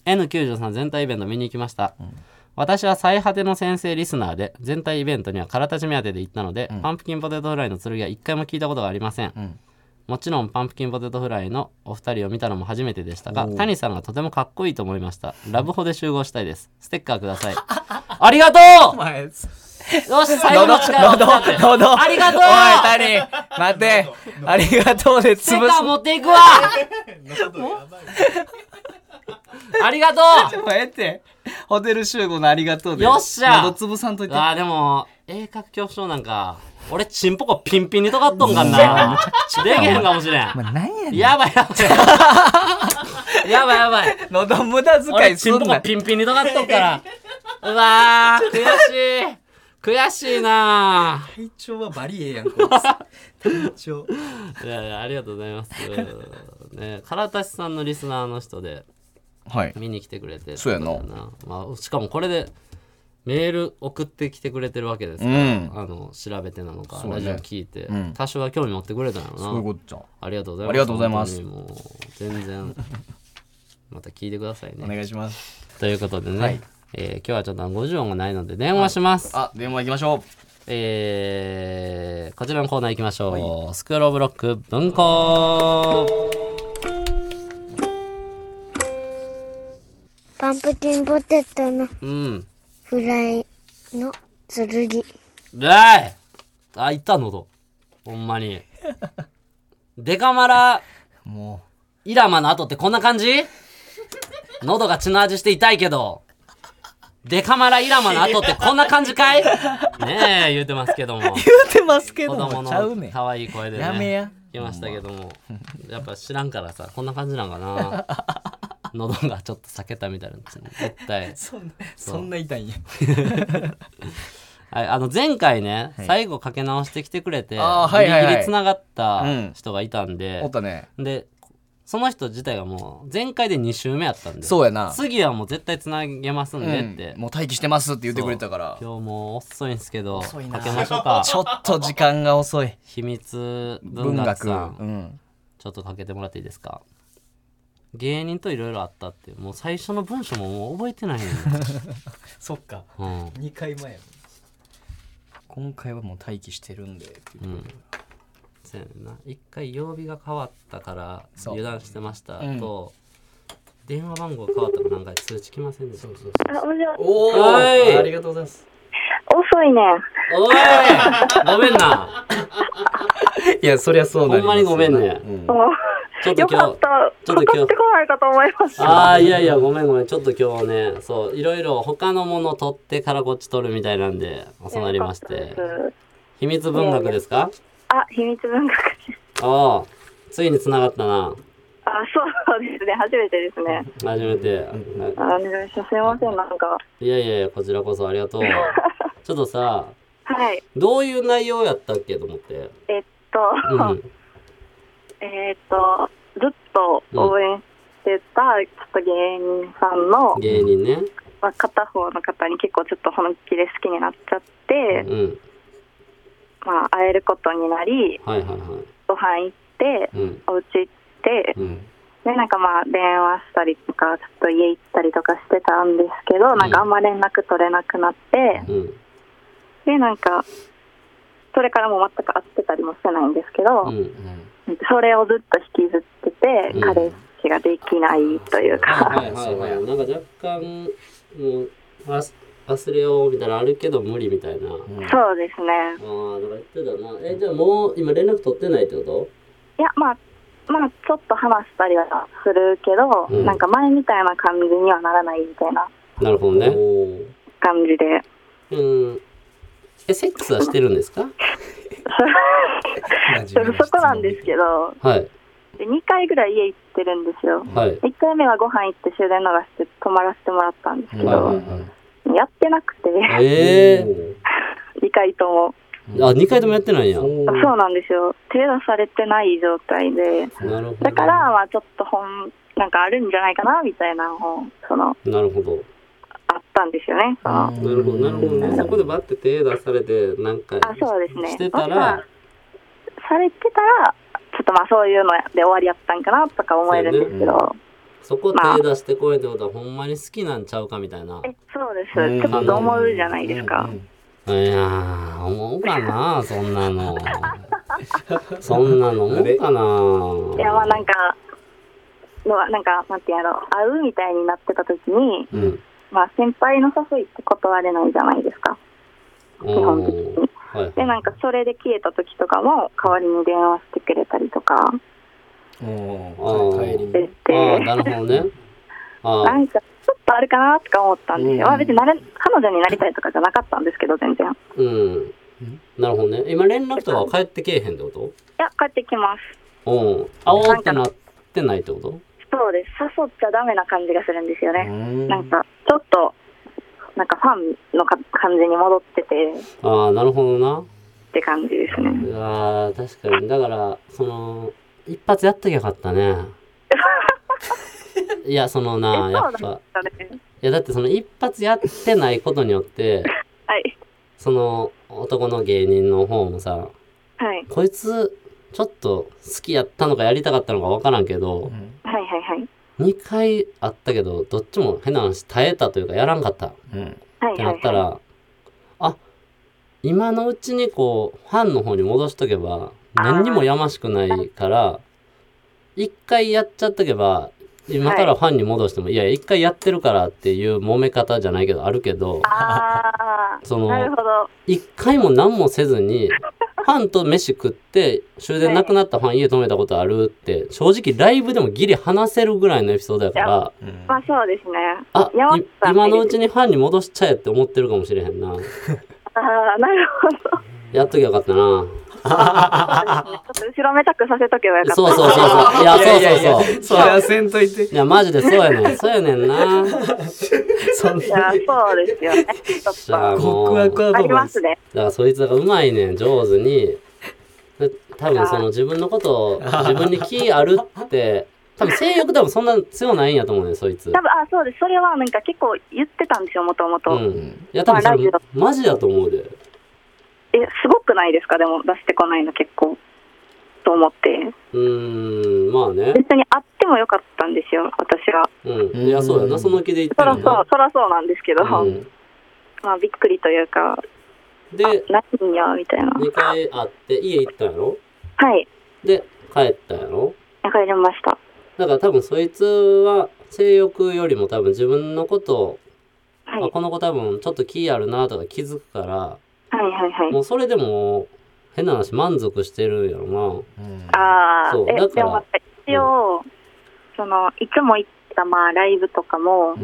S2: N93 全体イベント見に行きました、私は最果ての先生リスナーで全体イベントには空たち目当てで行ったので、パンプキンポテトフライの剣は一回も聞いたことがありません、
S3: ん
S2: もちろんパンプキンポテトフライのお二人を見たのも初めてでしたが谷さんがとてもかっこいいと思いましたラブホで集合したいですステッカーくだ さいありがと
S3: お
S2: う
S3: 前
S2: よし最後の力を使って
S3: 喉喉
S2: ありがとう
S3: おい谷待てありがとうで
S2: ステ
S3: 潰
S2: ッカー
S3: す
S2: 持っ ていくわ ありがとう
S3: もうええってホテル集合のありがとうで
S2: よっしゃ
S3: 喉潰さんといて
S2: ああでも鋭角恐怖症なんか俺チンポコピンピンにとかっとんかんなでけへんかもしれん
S3: お前何やねん
S2: やばいやばいやばいや ばい
S3: 喉無駄遣
S2: 俺
S3: いす
S2: チン
S3: ん
S2: ポ
S3: な
S2: コピンピンにとかっとんからうわー悔しい悔しいな
S4: 体調はバリエやんこいつ体 調
S2: ーいやいやありがとうございますね唐田さんのリスナーの人で
S3: はい
S2: 見に来てくれて
S3: そうやな
S2: ってことだなまあ、しかもこれでメール送ってきてくれてるわけです
S3: う
S2: から
S3: ん
S2: あの調べてなのか、
S3: そうね
S2: ラジオ聞いて、
S3: ん
S2: 多少は興味持ってくれたの
S3: そういう
S2: な
S3: ことじゃん
S2: ありがとうございます
S3: ありがとうございます
S2: 本当にもう全然また聞いてください
S3: お
S2: ね
S3: 願いします
S2: ということでね、
S3: はい
S2: えー今日はちょっと50音がないので電話します、
S3: あ電話行きましょ
S2: えーこちらのコーナー行きましょう、スクールオブロック文庫
S5: パンプキンポテトの
S2: うん
S5: フライの剣。
S2: でいあいった喉ほんまに デカマラ
S3: うも
S2: イラマの後ってこんな感じ喉が血の味して痛いけど、デカマライラマの後ってこんな感じかいねえ、言うてますけども。
S3: う言うてますけ
S2: 子
S3: ど
S2: 供
S3: もちゃうね
S2: の
S3: ん
S2: 可愛い声でね。
S3: やめや
S2: 言いましたけども。やっぱ知らんからさ、こんな感じなん かな。喉がちょっと裂けたみたいなんですよね絶対。
S4: そんなそんな痛いんや
S2: はい、あの前回ね、最後かけ直してきてくれて、
S3: あーはいはいはい
S2: ギリギリ繋がった
S3: うん
S2: 人がいたんで
S3: おっ、たね
S2: で、その人自体がもう前回で2週目やったんで。
S3: そうやな
S2: 次はもう絶対つなげますんで
S3: うん
S2: って、
S3: もう待機してますって言ってくれたから
S2: 今日もう遅いんですけどか
S3: 遅
S2: け
S3: いな
S2: ましょうか
S3: ちょっと時間が遅い
S2: 秘密文
S3: 文
S2: 学
S3: 学
S2: さん
S3: うん
S2: ちょっとかけてもらっていいですか芸人といろいろあったってもう最初の文章ももう覚えてないねん、
S4: そっか
S2: うん、
S4: 2回前や
S3: 今回はもう待機してるんでって言ってくれたから
S2: そうやねんな一回曜日が変わったから
S3: そう
S2: 油断してました
S3: うん
S2: と、電話番号変わったからなんか通知来ませんでしたそうそう
S5: あ、おじゃ、
S4: おお
S2: はい
S4: ありがとうございます
S5: 遅いね。
S2: おいごめんない
S3: やそりゃそうなりますよ
S2: ほんまにごめんね
S3: うん
S5: も
S2: ちょっ
S5: う、
S2: と
S5: よ
S2: 今
S5: か
S2: 日
S5: った。
S2: ちょ
S5: か
S2: っと今日
S5: かってこないかと思いました。
S2: ああいやいやごめんごめんちょっと今日はねそういろいろ他のもの取ってからこっち取るみたいなんで収まりまし
S5: よかってたです
S2: 秘密文学ですか
S5: あ、秘密文学。
S2: ああついに繋がったな
S5: あ、そうですね。初めてですね。
S2: 初めて
S5: あ、お願いします。すいません、なんか。
S2: いやいやいやこちらこそありがとうちょっとさ
S5: はい。
S2: どういう内容やったっけと思って
S5: えっと、
S2: うん
S5: えっと、ずっと応援してた、ちょっと芸人さんの、
S2: 芸人ね
S5: まあ、片方の方に結構ちょっと本気で好きになっちゃって、
S2: うん
S5: まあ、会えることになり、
S2: はいはいは
S5: ご飯行って、
S2: いうん
S5: お家行って、
S2: うん
S5: で、なんかまあ、電話したりとか、ちょっと家行ったりとかしてたんですけど、なんかあんま連絡取れなくなって、
S2: うん
S5: で、なんか、それからも全く会ってたりもしてないんですけ
S2: う
S5: ど、
S2: ん
S5: それをずっと引きずってて、
S2: うん
S5: 彼氏ができないというか、
S2: はいはいはいなんか若干もうわす忘れようみたいなのあるけど無理みたいな
S5: そうですね。
S2: ああ、なんか言ってたな。え、じゃあもう今連絡取ってないってこ
S5: いや、まあ、まあ、ちょっと話したりはするけど、
S2: うん
S5: なんか前みたいな感じにはならないみたいな
S2: となるほどね。
S5: 感じで、
S2: うん。え、セックスはしてるんですか
S5: ちょっとそこなんですけど、
S2: はい。
S5: で2回ぐらい家行ってるんですよ。
S2: はい。
S5: 1回目はご飯行って終電逃して泊まらせてもらったんです
S2: は
S5: け
S2: い
S5: ど、やってなくて、
S2: はい。え
S5: 2回とも。
S2: ー。あ、二回ともやってないんや。
S5: あそうなんですよ。手出されてない状態で、
S2: なるほど。
S5: だから、。まあちょっと本、なんかあるんじゃないかな、みたいなのを、その、
S2: なるほど。
S5: あったんですよね。その
S2: なるほど、なるほどね。そこでバッて手出されて、なんか、
S5: あそうですね
S2: してた
S5: まあ
S2: ら、
S5: されてたら、ちょっとまあそういうので終わりやったんかなとか思えるんですけど、
S2: そこ手出してこいってことはほんまに好きなんちゃうかみたいな。
S5: えそうで
S3: うん
S5: すちょっと思うじゃないですか、
S2: いやー、思うかな、そんな の。そんなの思うかな。
S5: いやまあなんかのはなんかなんてやろう会うみたいになってた時に、
S2: うん。
S5: まあ先輩の誘いって断れないじゃないですか
S2: おーはい。
S5: でなんかそれで消えた時とかも代わりに電話してくれたりとか
S4: おー帰り
S5: して
S4: に
S2: あ
S5: て
S2: あ、なるほどね。あ
S5: なんかちょっとあるかなとか思ったんで、
S3: うん
S5: まあ別になれ彼女になりたいとかじゃなかったんですけど全然い
S2: ーうん。なるほどね。今連絡とかは返ってけえへんってこと
S5: や帰ってきます
S2: うん。会おうってなってないってこと
S5: そうです誘っちゃダメな感じがするんですよね、なんかちょっとなんかファンのか感じに戻っててっ
S2: ああ、なるほどな。
S5: て感じですね
S2: うわー確かにだからその一発やっときゃよかった ねいやそのな
S5: え
S2: や
S5: そ
S2: っぱ
S5: うなんですかね
S2: いやだってその一発やってないことによって
S5: はい
S2: その男の芸人の方もさ
S5: はい
S2: こいつちょっと好きやったのかやりたかったのか分からんけど、
S5: はいはいはい
S2: 2回あったけどどっちも変な話耐えたというかやらんかったっ
S5: はい
S2: て
S5: は
S2: ないったらあ今のうちにこうファンの方に戻しとけば何にもやましくないから1回やっちゃっとけば今からファンに戻しても、い、や1回やってるからっていう揉め方じゃないけどあるけど
S5: ああ
S2: その
S5: なるほど
S2: 一回も何もせずに、ファンと飯食って、終電なくなったファン家泊めたことあるって、正直ライブでもギリ話せるぐらいのエピソードやから、
S5: まあそうですね
S2: あ、
S5: 山
S2: い
S5: 内さん
S2: 今のう
S5: いい
S2: ちにファンに戻しちゃえって思ってるかもしれへんな。
S5: ああなるほど
S2: やっときゃよかったな。
S5: ちょっと後ろめたくさせとけばよかった
S2: そうそうそうそう。いや、そうそうそう。
S3: そりゃせんといて
S2: いや、マジでそうやねん。そうやねんな。
S3: そん
S5: いやそうですよねちょっ
S2: じゃあ
S5: と
S2: もう、
S4: 告
S2: だ
S4: 白ア
S5: あ
S4: ド
S5: り
S4: バ
S5: ま
S4: イス
S5: すね
S2: からそいつがうまいねん、上手に。で多分その自分のことを、自分に気あるって、多分性欲多分そんな強ないんやと思うねん、そいつ。
S5: 多分あそうですそれはなんか結構言ってたんですよもともと
S2: うん、いや多分それ
S5: まあラ
S2: マジだと思うで
S5: えすごくないですかでも出してこないの結構と思って
S2: うーんまあね
S5: 別に会ってもよかったんですよ私は
S2: うんいやそうやなその気で言って
S5: そら
S2: る
S5: そ
S2: ん
S5: う
S2: だ、
S5: そらそうなんですけど、
S2: うん、
S5: まあびっくりというか
S2: で
S5: ないんやみたいな
S2: 2回会って家行ったんやろ
S5: はい
S2: で帰ったんやろ
S5: 帰りました
S2: だから多分そいつは性欲よりも多分自分のことを、
S5: はい
S2: あこの子多分ちょっと気あるなとか気づくから
S5: はいはいはい
S2: もうそれでも変な話満足してるんやろ
S5: ああ
S2: そう
S5: え
S2: だから
S5: でもやっぱ一応、そのいつも行ったまあライブとかも
S2: な、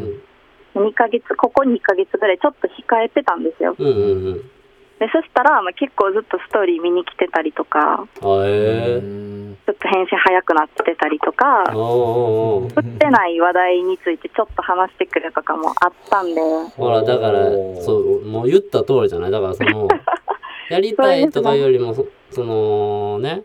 S2: うん、
S5: 2ヶ月ここ2ヶ月ぐらいちょっと控えてたんですよ
S2: うんうんうん
S5: でそしたら、まあ、結構ずっとストーリー見に来てたりとか
S2: あえー、
S5: ちょっと返信早くなってたりとか
S2: あーあーあー
S5: 振ってない話題についてちょっと話してくるとかもあったんで、
S2: ほら、だから、
S4: おー
S2: そう、もう言った通りじゃないだから、その、 やりたいとかよりも、そそのね、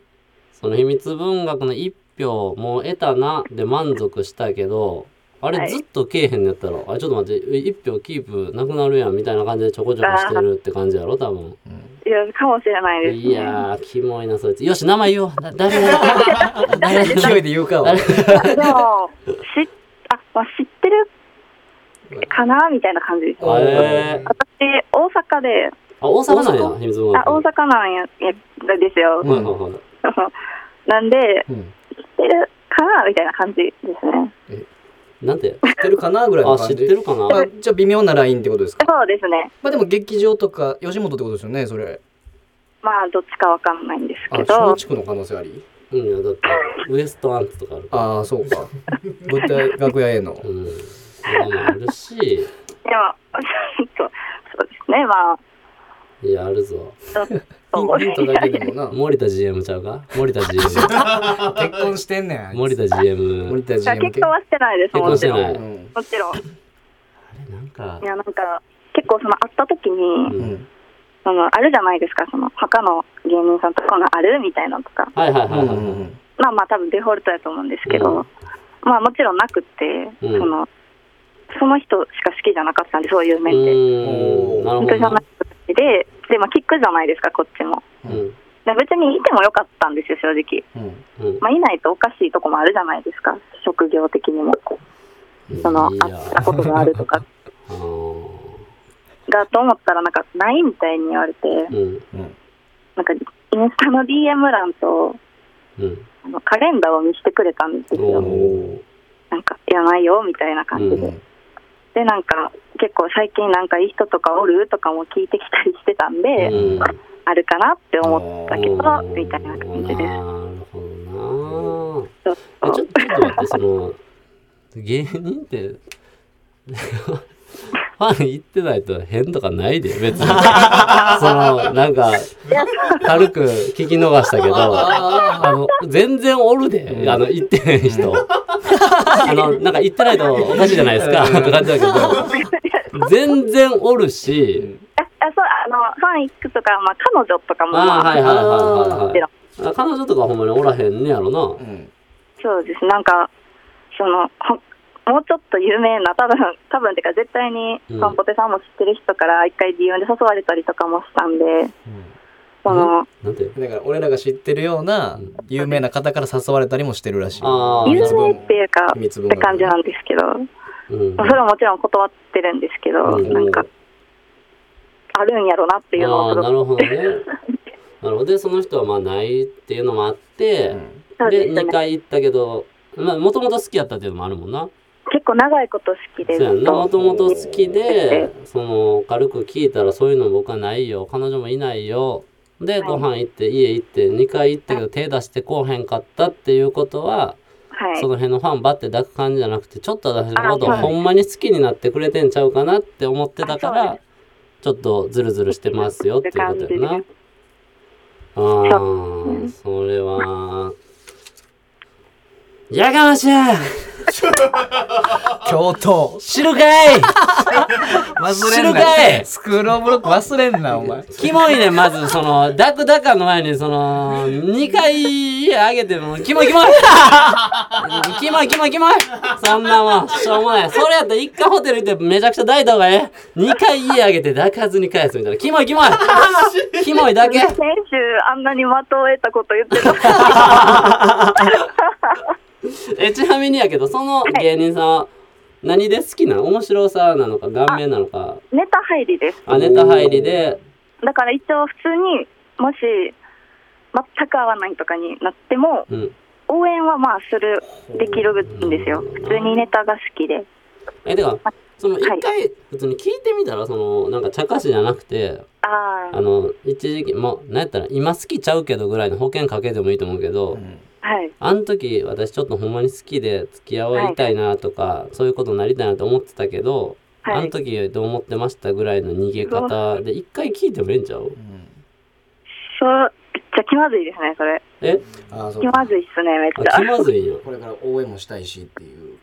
S2: その秘密文学の一票、もう得たな、で満足したけど、あ
S5: は
S2: れ
S5: い
S2: ずっとけえへんのやったら、あれちょっと待って、一票キープなくなるやん、みたいな感じでちょこちょこしてるって感じやろ、多分。
S5: いやかもしれないです、ね、
S2: いやー、キモいな、そいつ。よし、名前言おう。だ誰だ 誰だ
S3: 勢いで言うかは
S2: 誰
S5: でもしあ、まあ、知ってるかなみたいな感じです
S2: あえー
S5: 私大阪で
S2: あ、大阪なんや、秘密文
S5: あ
S2: 学。
S5: 大阪なんややですよ、
S2: はいはいはい。
S5: なんで、
S3: ん
S5: 知ってるかなみたいな感じですね
S2: なんて
S3: 知ってるかなぐらいの
S2: あ、
S3: 感
S2: 知
S3: じ
S2: ってるかな
S3: まあ、じゃあ微妙なラインってことですか
S5: そうですね
S3: まあでも劇場とか吉本ってことですよねそれ
S5: まあどっちかわかんないんです
S3: あ
S5: けど
S3: 松竹の可能性あり
S2: うんいや、だって、ウエストアンツとかあるから。
S3: ああそうか物体楽屋への
S2: うん。とかもあるし、
S5: でもちょっとそうですねまあ
S2: いや、あるぞ。
S5: ちょっと
S3: ヒントだけで もな
S2: 森田 GM ちゃうか森田 GM。
S4: 結婚してんねんあいつ
S2: 森田 GM。
S3: 森田
S5: いや
S3: GM
S5: 結婚はしてないです
S2: 結
S5: も
S2: 婚し
S5: ち
S2: て
S5: ろん
S2: な
S3: う
S2: い。
S3: ん
S5: もちろんい
S2: なんか、
S5: やなんか結構その会った時に、
S2: うん。
S5: そのあるじゃないですかその他の芸人さんとこのあるみたいなのとか
S2: はいはいは
S3: うんう
S2: いはい。
S3: んうん
S5: まあまあ多分デフォルトやと思うんですけど、
S2: うん
S5: まあもちろんなくって、
S2: うん
S5: そのその人しか好きじゃなかったんでそういう
S2: う
S5: 面で。
S2: ーん。なるほ
S5: 本
S2: ど
S5: 当じゃな
S2: な
S5: く。てで、でまあ、キックじゃないですか、こっちも。
S2: うん。
S5: で別にいてもよかったんですよ、正直。
S3: うん
S2: うん。
S5: まあ、いないとおかしいとこもあるじゃないですか。職業的にもその
S2: い
S5: あ
S2: や
S5: ったことがあるとか
S2: あー
S5: だと思ったらなんかないみたいに言われて
S2: うん
S5: なんかインスタの DM 欄と
S2: うん
S5: あのカレンダーを見せてくれたんです
S2: お
S5: よ
S2: ー
S5: なんかいらないよみたいな感じで、
S2: うん
S5: でなんか結構最近なんかいい人とかおるとかも聞いてきたりしてたんで、
S2: うん
S5: あるかなって思ったけど
S2: おー
S5: みたいな感じで
S2: なるほ
S5: ちょっ
S2: どなえちょっと
S5: と
S2: ちょっと待ってその芸人って ファン行ってないと変とかないで別にそのなんか軽く聞き逃したけどあの全然おるであの行ってない人あのなんか行ってないとおかしいじゃないですかって感じだけど全然おるし
S5: ああそうあのファン行くとか、まあ、彼女とかも、
S2: あー
S5: まあ
S2: はいはいはい
S5: も
S2: はい
S5: ち
S2: はい
S5: ろん
S2: あ彼女とかほんまにおらへんねやろな、
S3: うん
S5: そうですなんかそのほもうちょっと有名な多分多分てか絶対に
S2: うん
S5: パンポテさんも知ってる人から一回 DM で誘われたりとかもしたんで、その
S2: なんて
S3: だから俺らが知ってるような有名な方から誘われたりもしてるらしい。
S2: あ
S5: 有
S2: ー
S5: 名っていうか
S3: 秘
S5: っ
S3: 密文
S5: て感じなんですけど、
S2: うん
S5: まあそれはもちろん断ってるんですけど、
S2: うん
S5: なんかあるんやろなっていうの
S2: あ
S5: を
S2: あ
S5: す
S2: ー
S5: ごく
S2: なるほどねなるほどでその人はまあないっていうのもあって、
S5: そうで
S2: です
S5: ね
S2: 2回行ったけどまあもともと好きやったっていうのもあるもんな
S5: 結構長いこと好きで
S2: そうやんなも
S5: ずっと
S2: ともと好きでその軽く聞いたらそういうの僕はないよ彼女もいないよで
S5: はい
S2: ご飯行って家行って2回行ったけど手出してこうへんかったっていうことは
S5: はい
S2: その辺のファンばって抱く感じじゃなくてちょっと私のことを
S5: あそう
S2: ほんまに好きになってくれてんちゃうかなって思ってたか
S5: あそう
S2: らちょっとズルズルしてますよっていうことやな
S5: って感じ。
S2: あーそれはやかましい
S3: 京都。
S2: 知るかい
S3: 忘
S2: 知るかい
S3: スクロールブロック忘れんな、お前。
S2: キモいねんまずそのダクダカの前にその2回家あげてもキモいキモいキモいキモいキモいそんなもんしょうもないそれやったら1回ホテル行ってめちゃくちゃ抱いた方がええ2回家あげて抱かずに返すみたいなキモいキモいキモいだけ
S5: 先週あんなに的を得たこと言ってた
S2: えちなみにやけどその芸人さんは何で好きなの面白さなのか顔面なのか
S5: ネタ入りです
S2: あネタ入りで
S5: だから一応普通にもし全く合わないとかになっても
S2: うん
S5: 応援はまあするできるんですよ普通にネタが好きで
S2: えてかその一
S5: はい
S2: 回普通に聞いてみたらそのなんか茶化しじゃなくて
S5: あ
S2: あの一時期もうなんやったら今好きちゃうけどぐらいの保険かけてもいいと思うけど、
S5: あはい
S2: あの時私ちょっとほんまに好きで付き合いたいなとか、そういうことになりたいなと思ってたけど、
S5: はい
S2: あの時どう思ってましたぐらいの逃げ方で一回聞いてもええんちゃう
S5: そうめっちゃ気まずいですねそれ
S2: え
S4: ああ、そう
S5: 気
S4: か
S5: ま。ずいっすねめっち
S2: あ
S5: ゃ
S2: 気まずい よ。
S4: これから応援もしたいしっていうこ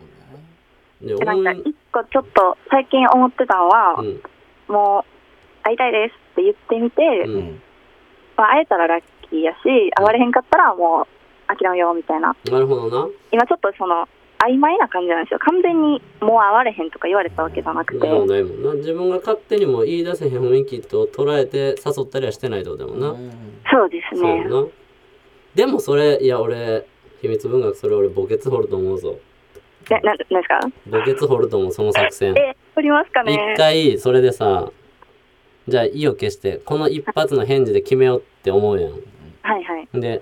S4: とだね。
S2: で
S5: で なんか
S2: うん
S5: 一個ちょっと最近思ってたのは、
S2: うん
S5: もう会いたいですって言ってみて、
S2: うん
S5: まあ、会えたらラッキーやし会われへんかったらもう諦めようみたいな
S2: なるほど
S5: 今ちょっとその曖昧な感じなんですよ完全にもう会われへんとか言われたわけじゃなく
S2: な。
S5: て
S2: なるほどないもんな。自分が勝手にも言い出せへん雰囲気と捉えて誘ったりはしてないってことだもんな。
S5: そうです
S2: そうや
S5: ね
S2: な。でもそれ、いや俺、秘密文学それ俺墓穴掘ると思うぞ。
S5: なななんですか
S2: 墓穴掘ると思う、その作戦。
S5: えおりますかね
S2: 一回、それでさ、じゃあ意を決して、この一発の返事で決めようって思うや
S5: はいはい
S2: ん。で、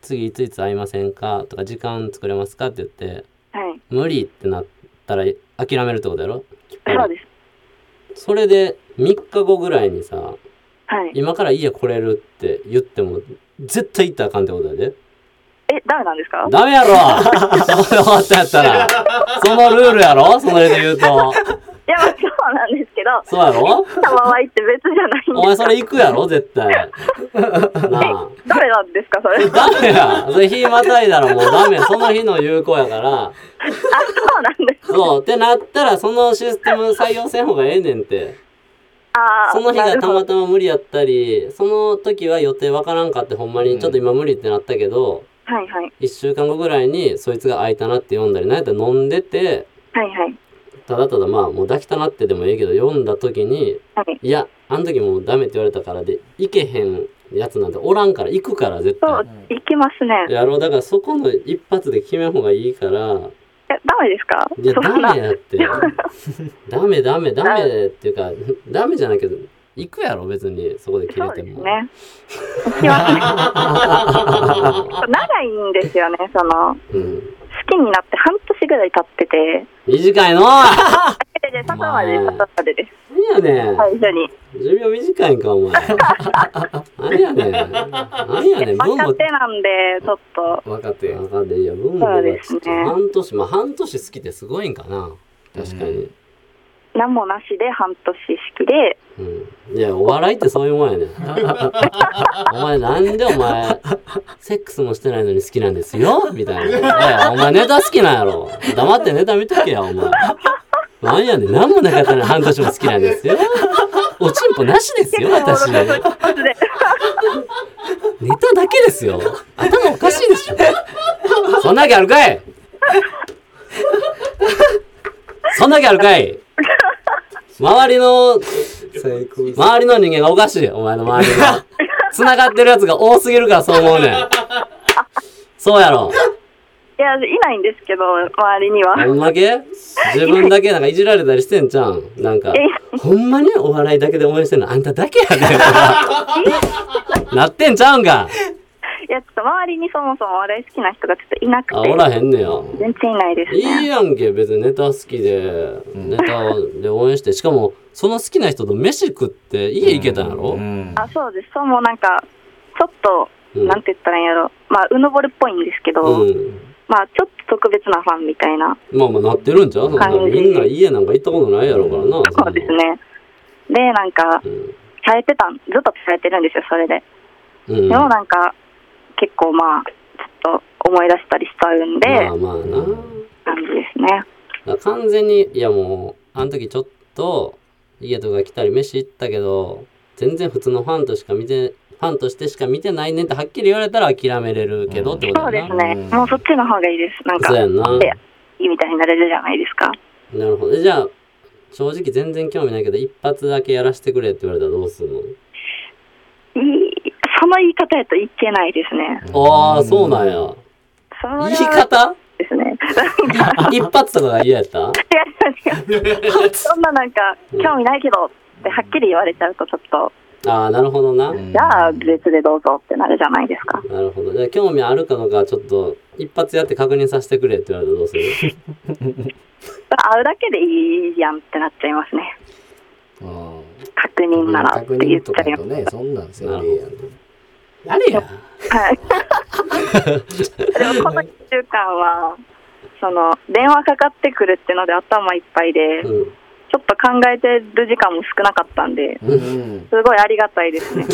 S2: 次いついつ会いませんかとか、時間作れますかって言って、
S5: はい
S2: 無理ってなったら諦めるってことやろ
S5: そうです
S2: それで、3日後ぐらいにさ、
S5: はい
S2: 今から家来れるって言っても、絶対行ったらあかんってことやで。
S5: えダメなんですか
S2: ダメやろそれ終わったやったら。そのルールやろそれで言うと。
S5: いやまあそうなんですけど
S2: そうやろ
S5: 来た場合って別じゃないんです
S2: お前それ行くやろ絶対。なあ。
S5: ダメなんですかそれあ
S2: ダメや。それ日またいだらもうダメ。その日の有効やから。
S5: そうなんです
S2: そう。ってなったら、そのシステム採用せん方がええねんって。
S5: ああ
S2: その日
S5: な
S2: が
S5: る
S2: た
S5: ほど
S2: またま無理やったり、その時は予定わからんかってほんまに、ちょっと今無理ってなったけど、
S5: はいはい
S2: 一週間後ぐらいにそいつが空いたなって読んだり、なんやったら飲んでて、
S5: はいはい
S2: ただただまあもう抱きたなってでもええけど読んだ時に
S5: はい
S2: いやあの時もうダメって言われたからで行けへんやつなんておらんから行くから絶
S5: そう
S2: 対。、
S5: 行きますね。
S2: やろうだからそこの一発で決めん方がいいから
S5: え、ダメですか
S2: いや
S5: そんな
S2: ダメやって ダメダメダメっていうかダメじゃないけど行くやろ別にそこで切れ
S5: そう
S2: て
S5: です
S2: も、
S5: ね。行きますね。長いんですよね、その、好
S2: うん、
S5: きになって半年ぐらい経ってて。
S2: 短いの
S5: で、で、パパまで、パパまでです。
S2: 何やねん
S5: 最初に。
S2: 寿命短いんか お前何やねん何やねん分
S5: 若
S2: も
S5: 手なんで、ちょっと、
S4: 若手
S2: わかんないいや分も
S5: そうですね
S2: 半年まあ半年好きってすごいんかな確かに、
S5: 何もなしで半年式で、
S2: うん、いやお笑いってそういうもんやねん お前なんでお前セックスもしてないのに好きなんですよみたいな「いやお前ネタ好きなんやろ黙ってネタ見とけやお前なんやねん何もなかったのに半年も好きなんですよおちんぽなしですよ私ネタ
S5: で
S2: だけですよ頭おかしいでしょそんなわけあるかいそんなわけあるかい周りの
S4: 最高です
S2: 周りの人間がおかしいお前の周 りが繋がってるやつが多すぎるからそう思うねんそうやろ
S5: いや、いないんですけど、周りには。
S2: ほんまけ自分だけなんかいじられたりしてんじゃんなんかほんまにお笑いだけで応援してんのあんただけやねんとか なってんちゃうんか
S5: いや、ちょっと周りにそもそもお笑い好きな人がちょっといなく
S2: あ
S5: て
S2: お。らへんねや
S5: 全然いないです
S2: いい
S5: ね。
S2: やんけ別にネタ好きでネタで応援してしかもその好きな人と飯食って家行けたんやろ、
S4: うん
S5: あ、そうです。そうもうなんか、ちょっと、
S2: うん
S5: なんて言ったらいいんやろ。まあ、うぬぼるっぽいんですけど、
S2: うん
S5: まあ、ちょっと特別なファンみたいな。
S2: まあまあなってるんちゃうそんな
S5: 感じ
S2: みんな家なんか行ったことないやろうからな。
S5: そうですね。で、なんか、されてたん、ずっとされてるんですよ、それで。
S2: そんなん。うん。
S5: でもなんか、結構まあ、ちょっと思い出したりしちゃうんで、
S2: まあまあな。
S5: 感じですね。
S2: だから完全に、いやもう、あの時ちょっと、家とか来たり飯行ったけど、全然普通のファンとしか見て、ファンとしてしか見てないねんってはっきり言われたら諦めれるけどってこと
S5: そう
S2: や
S5: で
S2: な。
S5: すね。
S4: うん
S5: もうそっちの方がいいです。なんか、
S2: そうやんな。
S5: でいいみたいになれるじゃないですか。
S2: なるほど。じゃあ、正直全然興味ないけど、一発だけやらせてくれって言われたらどうするの
S5: いいその言い方やといけないですね。
S2: ああ、そうなんや。
S5: その
S2: 言い 方
S5: ですね。
S2: 一発とかが嫌やった
S5: 違う違う 違う。そんななんか、興味ないけどってはっきり言われちゃうとちょっと、
S2: ああ、なるほどな。
S5: じゃあ別でどうぞってなるじゃないですか。
S2: なるほど。じゃあ、興味あるかどうか、ちょっと、一発やって確認させてくれって言われたらどうする
S5: 会うだけでいいやんってなっちゃいますね。
S4: あ
S5: 確
S4: あ
S5: 認ならっ
S4: 確
S5: て言
S4: 認
S5: っ
S4: と
S5: ち
S4: か
S5: ゃ
S4: だ
S5: いま
S4: とねそんなんせんでええやん
S2: やれや。
S5: す。はい。でもこの1週間は、その、電話かかってくるってので頭いっぱいで、
S2: う
S5: ちょ
S2: ん。
S5: っと考えてる時間も少なかったんで、
S4: うん
S5: すごいありがたいです ね。と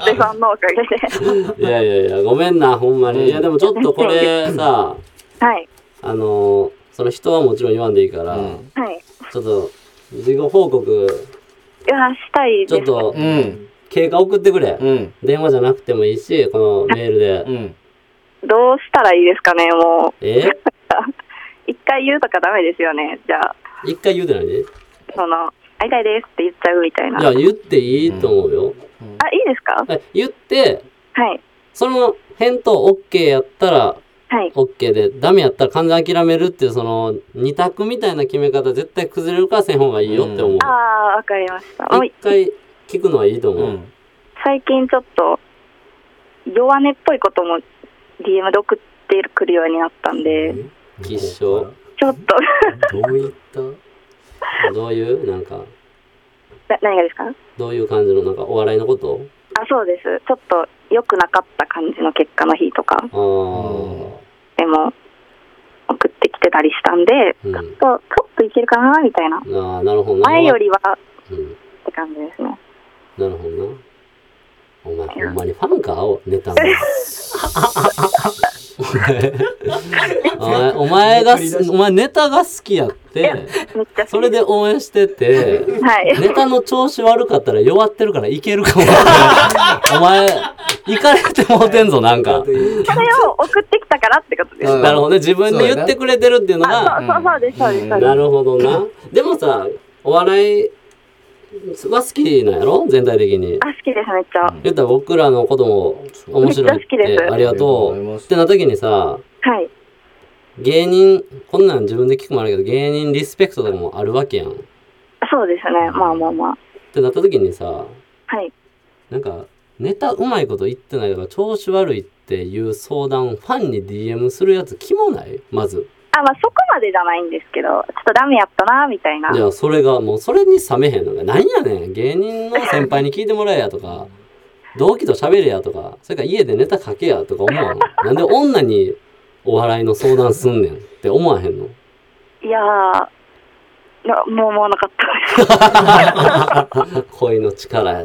S5: てさんのおかげで。
S2: いやいやいや、ごめんな、ほんまに。いや、でもちょっとこれさ、
S5: はい。
S2: あのー、その人はもちろん言わんでいいから、
S4: うん
S5: はい。
S2: ちょっと、事後報告、
S5: いや、したい
S2: ちょっ
S5: です。
S2: と、
S4: うん
S2: 経過送ってくれ。
S4: うん
S2: 電話じゃなくてもいいし、このメールで。
S4: うん
S5: どうしたらいいですかね、もう。
S2: え
S5: 一回言うとかダメですよね。じゃあ、
S2: 一回言うてないで。い
S5: その、会いたいですって言っちゃうみたいな。あ、
S2: や、
S5: いい
S2: 言っていいと思うよ。
S5: ですか
S2: え言って、
S5: はい。
S2: その返答 OK やったら
S5: はい。
S2: OK で、ダメやったら完全諦めるっていう、その、二択みたいな決め方、絶対崩れるからせん方がいいよって思う。
S5: ああ、わかりました。もう
S2: 一回聞くのはいいと
S4: う
S2: 思う。
S4: ん
S5: 最近ちょっと、弱音っぽいことも DM で送ってくるようになったんで、
S2: 吉祥。
S5: ちょっと、
S4: どういった
S2: どういう、なんか、
S5: な何がですか
S2: どういう感じの、なんかお笑いのこと
S5: あ、そうです。ちょっと良くなかった感じの結果の日とか。
S2: ああ、
S5: でも送ってきてたりしたんで、
S2: うん
S5: ちょっとちょっといけるかなみたいな
S2: ああ、なるほどな。
S5: 前よりはっ
S2: うん。
S5: て感じですね
S2: なるほどな。お前、ほんまにファンかおネタ の。お前、お前がす、お前ネタが好きやって、
S5: めっちゃ好き
S2: それで応援してて、
S5: はい
S2: ネタの調子悪かったら弱ってるからいけるかも。お前、行かれてもうてんぞ、なん か。
S5: それを送ってきたからってことです、
S4: うん
S2: なるほどね。自分で言ってくれてるっていうの
S5: あ
S2: が、
S5: そうそうそうですそうです、そうです
S2: なるほどな。でもさ、お笑いは好きなんやろ全体的に
S5: あ、好きです、めっちゃ。
S2: 言ったら僕らのことも面白い
S5: めっちゃ好きです
S2: ってありがと
S4: ありがとうございうま
S2: っ
S4: す
S2: てなった時にさ
S5: はい。
S2: 芸人こんなん自分で聞くもあるけど芸人リスペクトとかもあるわけやんっ
S5: そうですね。まあまあまあ。
S2: てなった時にさ
S5: はい。
S2: なんかネタうまいこと言ってないとか調子悪いっていう相談ファンに DM するやつキモないまず
S5: あ、まあそこまでじゃないんですけど、ちょっとダメやったな、みたいな。
S2: じゃあそれがもうそれに冷めへんのがなんやねん芸人の先輩に聞いてもらえやとか同期と喋れやとかそれから家でネタ書けやとか思わんなんで女にお笑いの相談すんねんって思わへんの
S5: いやー、いやもう思わなかったです。
S2: 恋の力やな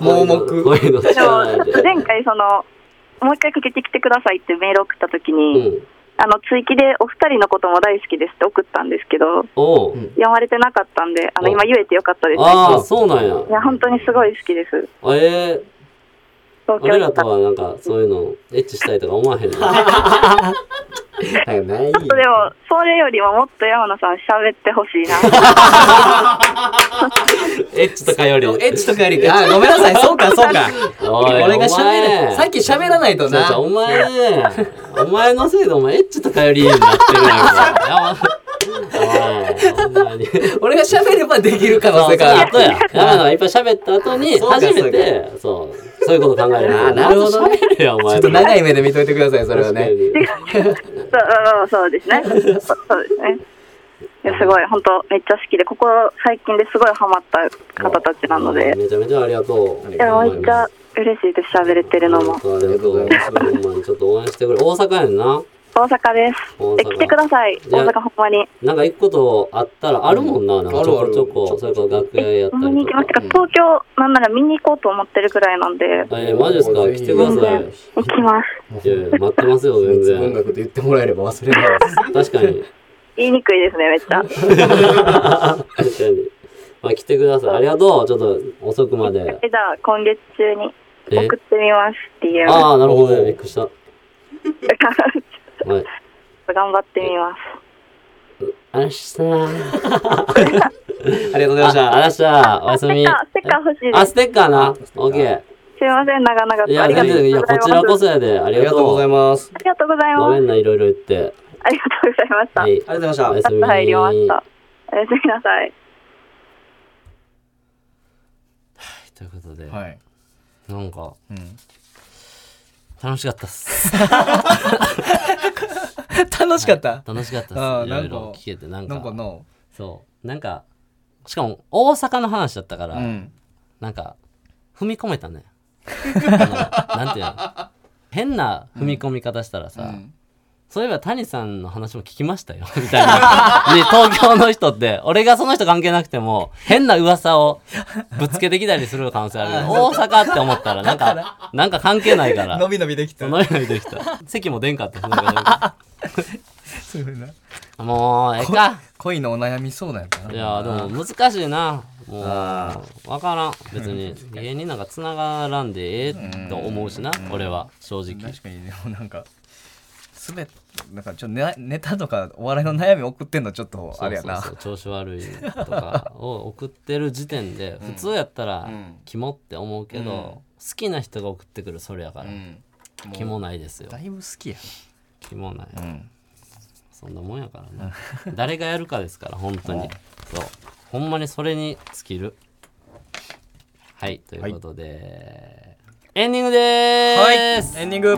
S3: 盲目
S2: 恋の
S5: でも
S2: 力やで
S5: 前回そのもう一回かけてきてくださいってメール送った時
S2: う
S5: に、
S2: ん
S5: あの追記でお二人のことも大好きですって送ったんですけど
S2: おう、
S4: うん
S5: 読まれてなかったんであの
S2: お
S5: 今言えてよかったです
S2: ああそうなんや
S5: いや本当にすごい好きです
S2: あえー、
S5: 東京
S2: 俺
S5: 行
S2: ら
S5: っ
S2: と
S5: た
S2: はなんかそういうのエッチしたいとか思わへんの
S4: なんかない。
S5: ちょっとでもそれよりももっと山野さん喋ってほしいな
S2: エッチとかより
S3: エッチとかより、あ、ごめんなさい、そうか、そうか。
S2: おい
S3: 俺が喋る、
S2: お前
S3: さっき喋らないと
S2: じゃ
S3: な
S2: あじゃあ。お前ね、お前のせいでお前エッチとかよりになってるやんか。おいお前 に。
S3: 俺が喋ればできる可能
S2: そう、
S3: 性
S2: その
S3: があ
S2: 後
S3: る。
S2: や。山野がいっぱい喋った後に、
S3: そうか
S2: 初めて、そう、そういうこと考える。
S3: あーなるほどね
S2: まず喋れよ、お
S3: ちょ
S2: 前
S3: っと長い目で見といてください、それはね。
S2: 確か
S5: そうそうそうで すねそそうですねいやすごい本当めっちゃ好きでここ最近ですごいハマった方たちなので
S2: にめちゃめちゃありがとう。
S5: いやめっちゃ嬉しいです喋れてるのも
S2: ありがとうございます。ほんまにちょっと応援してくれ。大阪やんな。
S5: 大阪です。
S2: 大
S5: で
S2: 阪
S5: 来てください。
S2: じゃあ
S5: 大阪ほんまに。
S2: なんか行くことあったらあるもんな。なんかちょこち
S3: ある
S2: ょ
S3: あ
S2: こ、
S3: る
S2: それから楽屋やった
S5: ほんまに
S2: り
S5: 行
S2: とか
S5: きます。て。か東京なんなら見に行こうと思ってるくらいなんで
S2: えー、マジですか来てください。
S5: 行きます。
S2: いやいや待ってま すよ、全
S4: 別文
S2: 然。
S4: 学と言ってもらえれば忘れないです。
S2: 確かに。
S5: 言いにくいですねめっち ゃ。
S2: 確かに。まあ、来てください。ありがとう。ちょっと遅くまで。
S5: えじゃあ今月中に
S2: え
S5: 送ってみますっていう。
S2: ああ、なるほど
S3: お
S2: ね。
S3: ー
S2: びっくりした。はい。
S5: 頑張ってみます。
S2: あらっしゃー。
S3: ありがとうございまし
S2: ああ
S3: た。
S2: らっしゃー。おやす
S5: ステ
S2: み
S5: ッ。カーステッカー欲しいで
S2: あ、
S5: す。
S2: ステッカーな。オッケ
S5: すいません長々
S2: ー。い
S5: とあ
S2: や、
S5: りが
S2: 全
S5: とう
S2: 然、いや、
S5: ご
S2: こ
S5: ざい
S2: ち
S5: ま
S2: ら
S5: す。
S2: こそやで。あ
S3: あ
S2: り
S3: り
S2: が
S3: がとうご
S2: と。
S3: ざいうます。
S5: ありがとうござい
S2: ご
S5: ま
S2: め
S5: す。
S2: んな、いろいろ言って。
S5: ありがとうございました。
S2: はい。
S5: ち
S3: ありがとうござい
S2: お
S3: ま
S2: や
S3: し
S2: す
S3: た。
S5: ょ
S2: み
S5: っと入りました。おやすみなさい。
S2: ということで、
S3: はい。
S2: なんか、
S3: ん
S2: 楽しかったっす。
S3: 楽しかった。
S2: 楽しかった
S3: あ
S2: っ
S3: ー
S2: す。いろい
S3: なん
S2: ろ
S3: か
S2: 聞けて、なん
S3: なんか
S2: か、
S3: の、
S2: そう。なんか、しかも大阪の話だったか
S3: う
S2: ら、
S3: ん。
S2: なんか、踏み込め たね。あのなんていうの変な踏み込み方したらさ、
S3: うん
S2: そういえば谷さんの話も聞きましたよ、みたいな。で、東京の人って、俺がその人関係なくても、変な噂をぶつけてきたりする可能性あるけど、大阪って思ったら、なんか、なんか関係ないから
S3: 伸。び伸びできた。
S2: 飲めないできた。席も出んかったその間
S3: すごいな
S2: に。もう、ええか。
S3: 恋のお悩みそうなんやったな。
S2: いや、でも難しいな。もう、
S3: あ
S2: わからん。別に、芸人なんか繋がらんでええと思うしな、俺は、正直。
S3: 確かにでもなんかすべなんかちょっとネネタとかお笑いの悩み送ってんのちょっとあれやな
S2: そうそうそう調子悪いとかを送ってる時点で普通やったら
S3: ん
S2: キモって思うけど、
S3: うん
S2: 好きな人が送ってくるそれやから、
S3: うん
S2: キモないですよ
S3: だいぶ好きや
S2: キモない、
S3: ん
S2: そんなもんやからね誰がやるかですから本当にそうほんまにそれに尽きるはいということで、エンディングで
S3: はい
S2: ーす、
S3: エンディング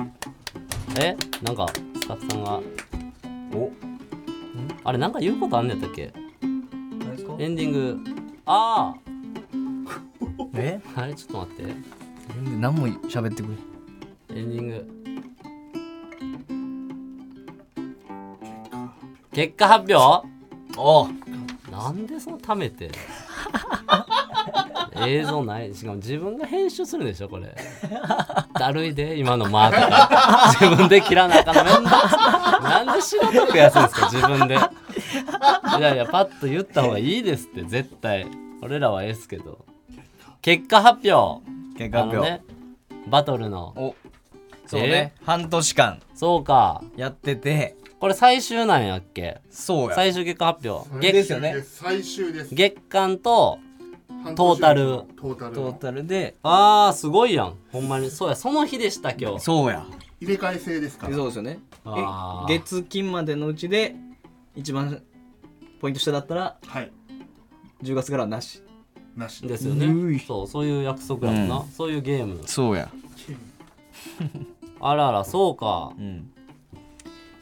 S2: えなんかスタッフさんが
S3: お
S2: あれなんか言うことあんねやったっけ
S3: 何ですか
S2: エンディングあ
S3: え
S2: ああれちょっと待って
S3: 全然何も喋ってくれ
S2: エンディング結果発表
S3: お
S2: なんでその ためて映像ないしかも自分が編集するでしょこれだるいで今の間とか自分で切らなあかんのめんどくさいなんで仕事増やすんですか自分でいやいやパッと言った方がいいですって絶対俺らはええっすけど結果発表
S3: 結果発
S2: あの
S3: 表、
S2: ねバトルの
S3: おそうね、半年間
S2: そうか
S3: やってて
S2: これ最終なんやっけ
S3: そうや。
S2: 最終結果発表
S3: れですよ
S2: 月
S3: ね
S6: 最終です。
S2: 月間と
S6: 半年
S2: トータル
S6: 後トータル
S3: トー
S6: の。
S3: タルで、
S2: あーすごいやんほんまにそうやその日でした今日
S3: そうや。
S6: 入れ替え制ですか
S3: そ
S6: ら。
S3: うですよね。
S2: あー
S3: え月金までのうちで、一番ポイント下だったら、
S6: はい。
S3: 10月からはなし。
S6: なし。
S2: ですよねそうそういう約束やもんな、そういうゲーム
S3: そうや。
S2: あらあらそうか
S3: うん。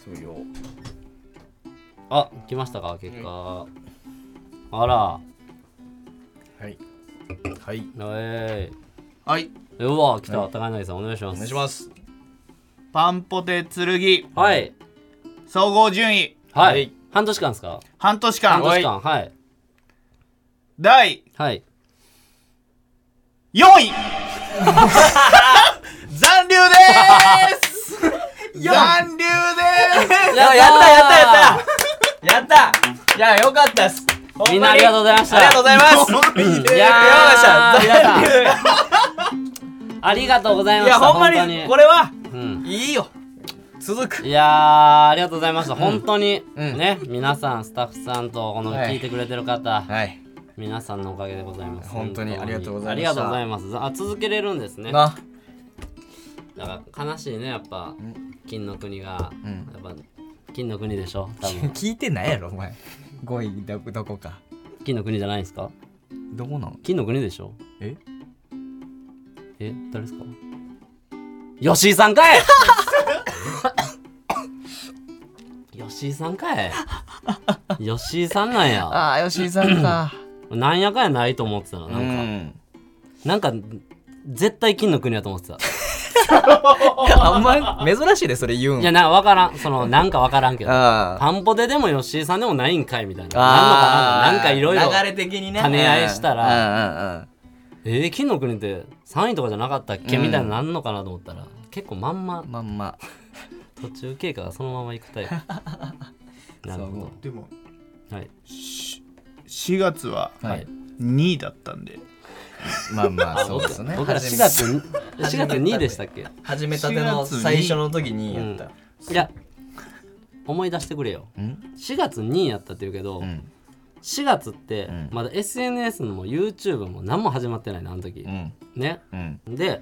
S3: そうよ。
S2: あ来ましたか結果、あら
S3: はい。はい。
S2: え
S7: はい。
S2: ー、うわ来た、高柳さんお願いします
S7: お願いします。パンポテ剣、
S2: はい
S7: 総合順位、
S2: はい、
S3: はい
S2: 半年間ですか
S7: 半年間、
S2: 半年間はい
S7: 第
S2: はい
S7: 4位残留でー す残留でーす
S2: や
S3: やったやったやったやったいや、よかったっす。ほ
S2: みん
S3: ま
S2: な
S3: に
S2: ありがとうございました
S3: ありがとうござい ます。
S2: いやー
S3: よかった。
S2: 皆さんありがとうござい
S3: い
S2: ました
S3: や、ほんまに、これは、
S2: うん
S3: いいよ。続く。
S2: いやーありがとうございました本当に、
S3: うん
S2: ね皆さんスタッフさんとこの
S3: はい
S2: 聞いてくれてる方、
S3: はい。
S2: 皆さんのおかげでございます
S3: 本当にありがとうございました
S2: ありがとうございますあ続けれるんですね
S3: な、
S2: だから悲しいねやっぱ金の国が、
S3: ん
S2: やっぱ金の国でしょ多分
S3: 聞いてないやろ、お前。5位ど、どこか。
S2: 金の国じゃないですか
S3: どこなの
S2: 金の国でしょ
S3: え
S2: え誰ですか吉井さんかい 吉井さんかい吉井さんなんや
S3: ああ、吉井さんか。
S2: なんやかんやないと思ってたの
S3: う
S2: なんか、
S3: ん。
S2: なんか絶対金の国だと思ってた
S3: あんま珍しいで、それ言うん。
S2: いやな分からんそのなんか分からんけど
S3: ああ。
S2: パンポテでも吉井さんでもないんかいみたいな。
S3: あ
S2: なんのかななんかいろいろ。
S3: 流れ的にね。
S2: 兼ね合いした
S3: ら。うんうんうん。
S2: えー、金の国って3位とかじゃなかったっけ、
S3: うん
S2: みたいなのなんのかなと思ったら、結構まんま
S3: まんま。
S2: 途中経過がそのまま行く タイプ。なるほ
S6: でも
S2: ど。はい。
S7: 4月は
S2: はい。
S7: 2位だったんで、
S3: まあまあ、そうですね。
S2: 僕ら4月に、4月2位でしたっけ
S3: 始めたての最初の時にやった。
S2: いや、思い出してくれよ。
S3: うん
S2: 4月2位やったって言うけど、
S3: ん
S2: 4月って
S3: ん
S2: まだ SNS も YouTube も何も始まってないの、あの時。
S3: うん。
S2: ね。
S3: うん。
S2: で、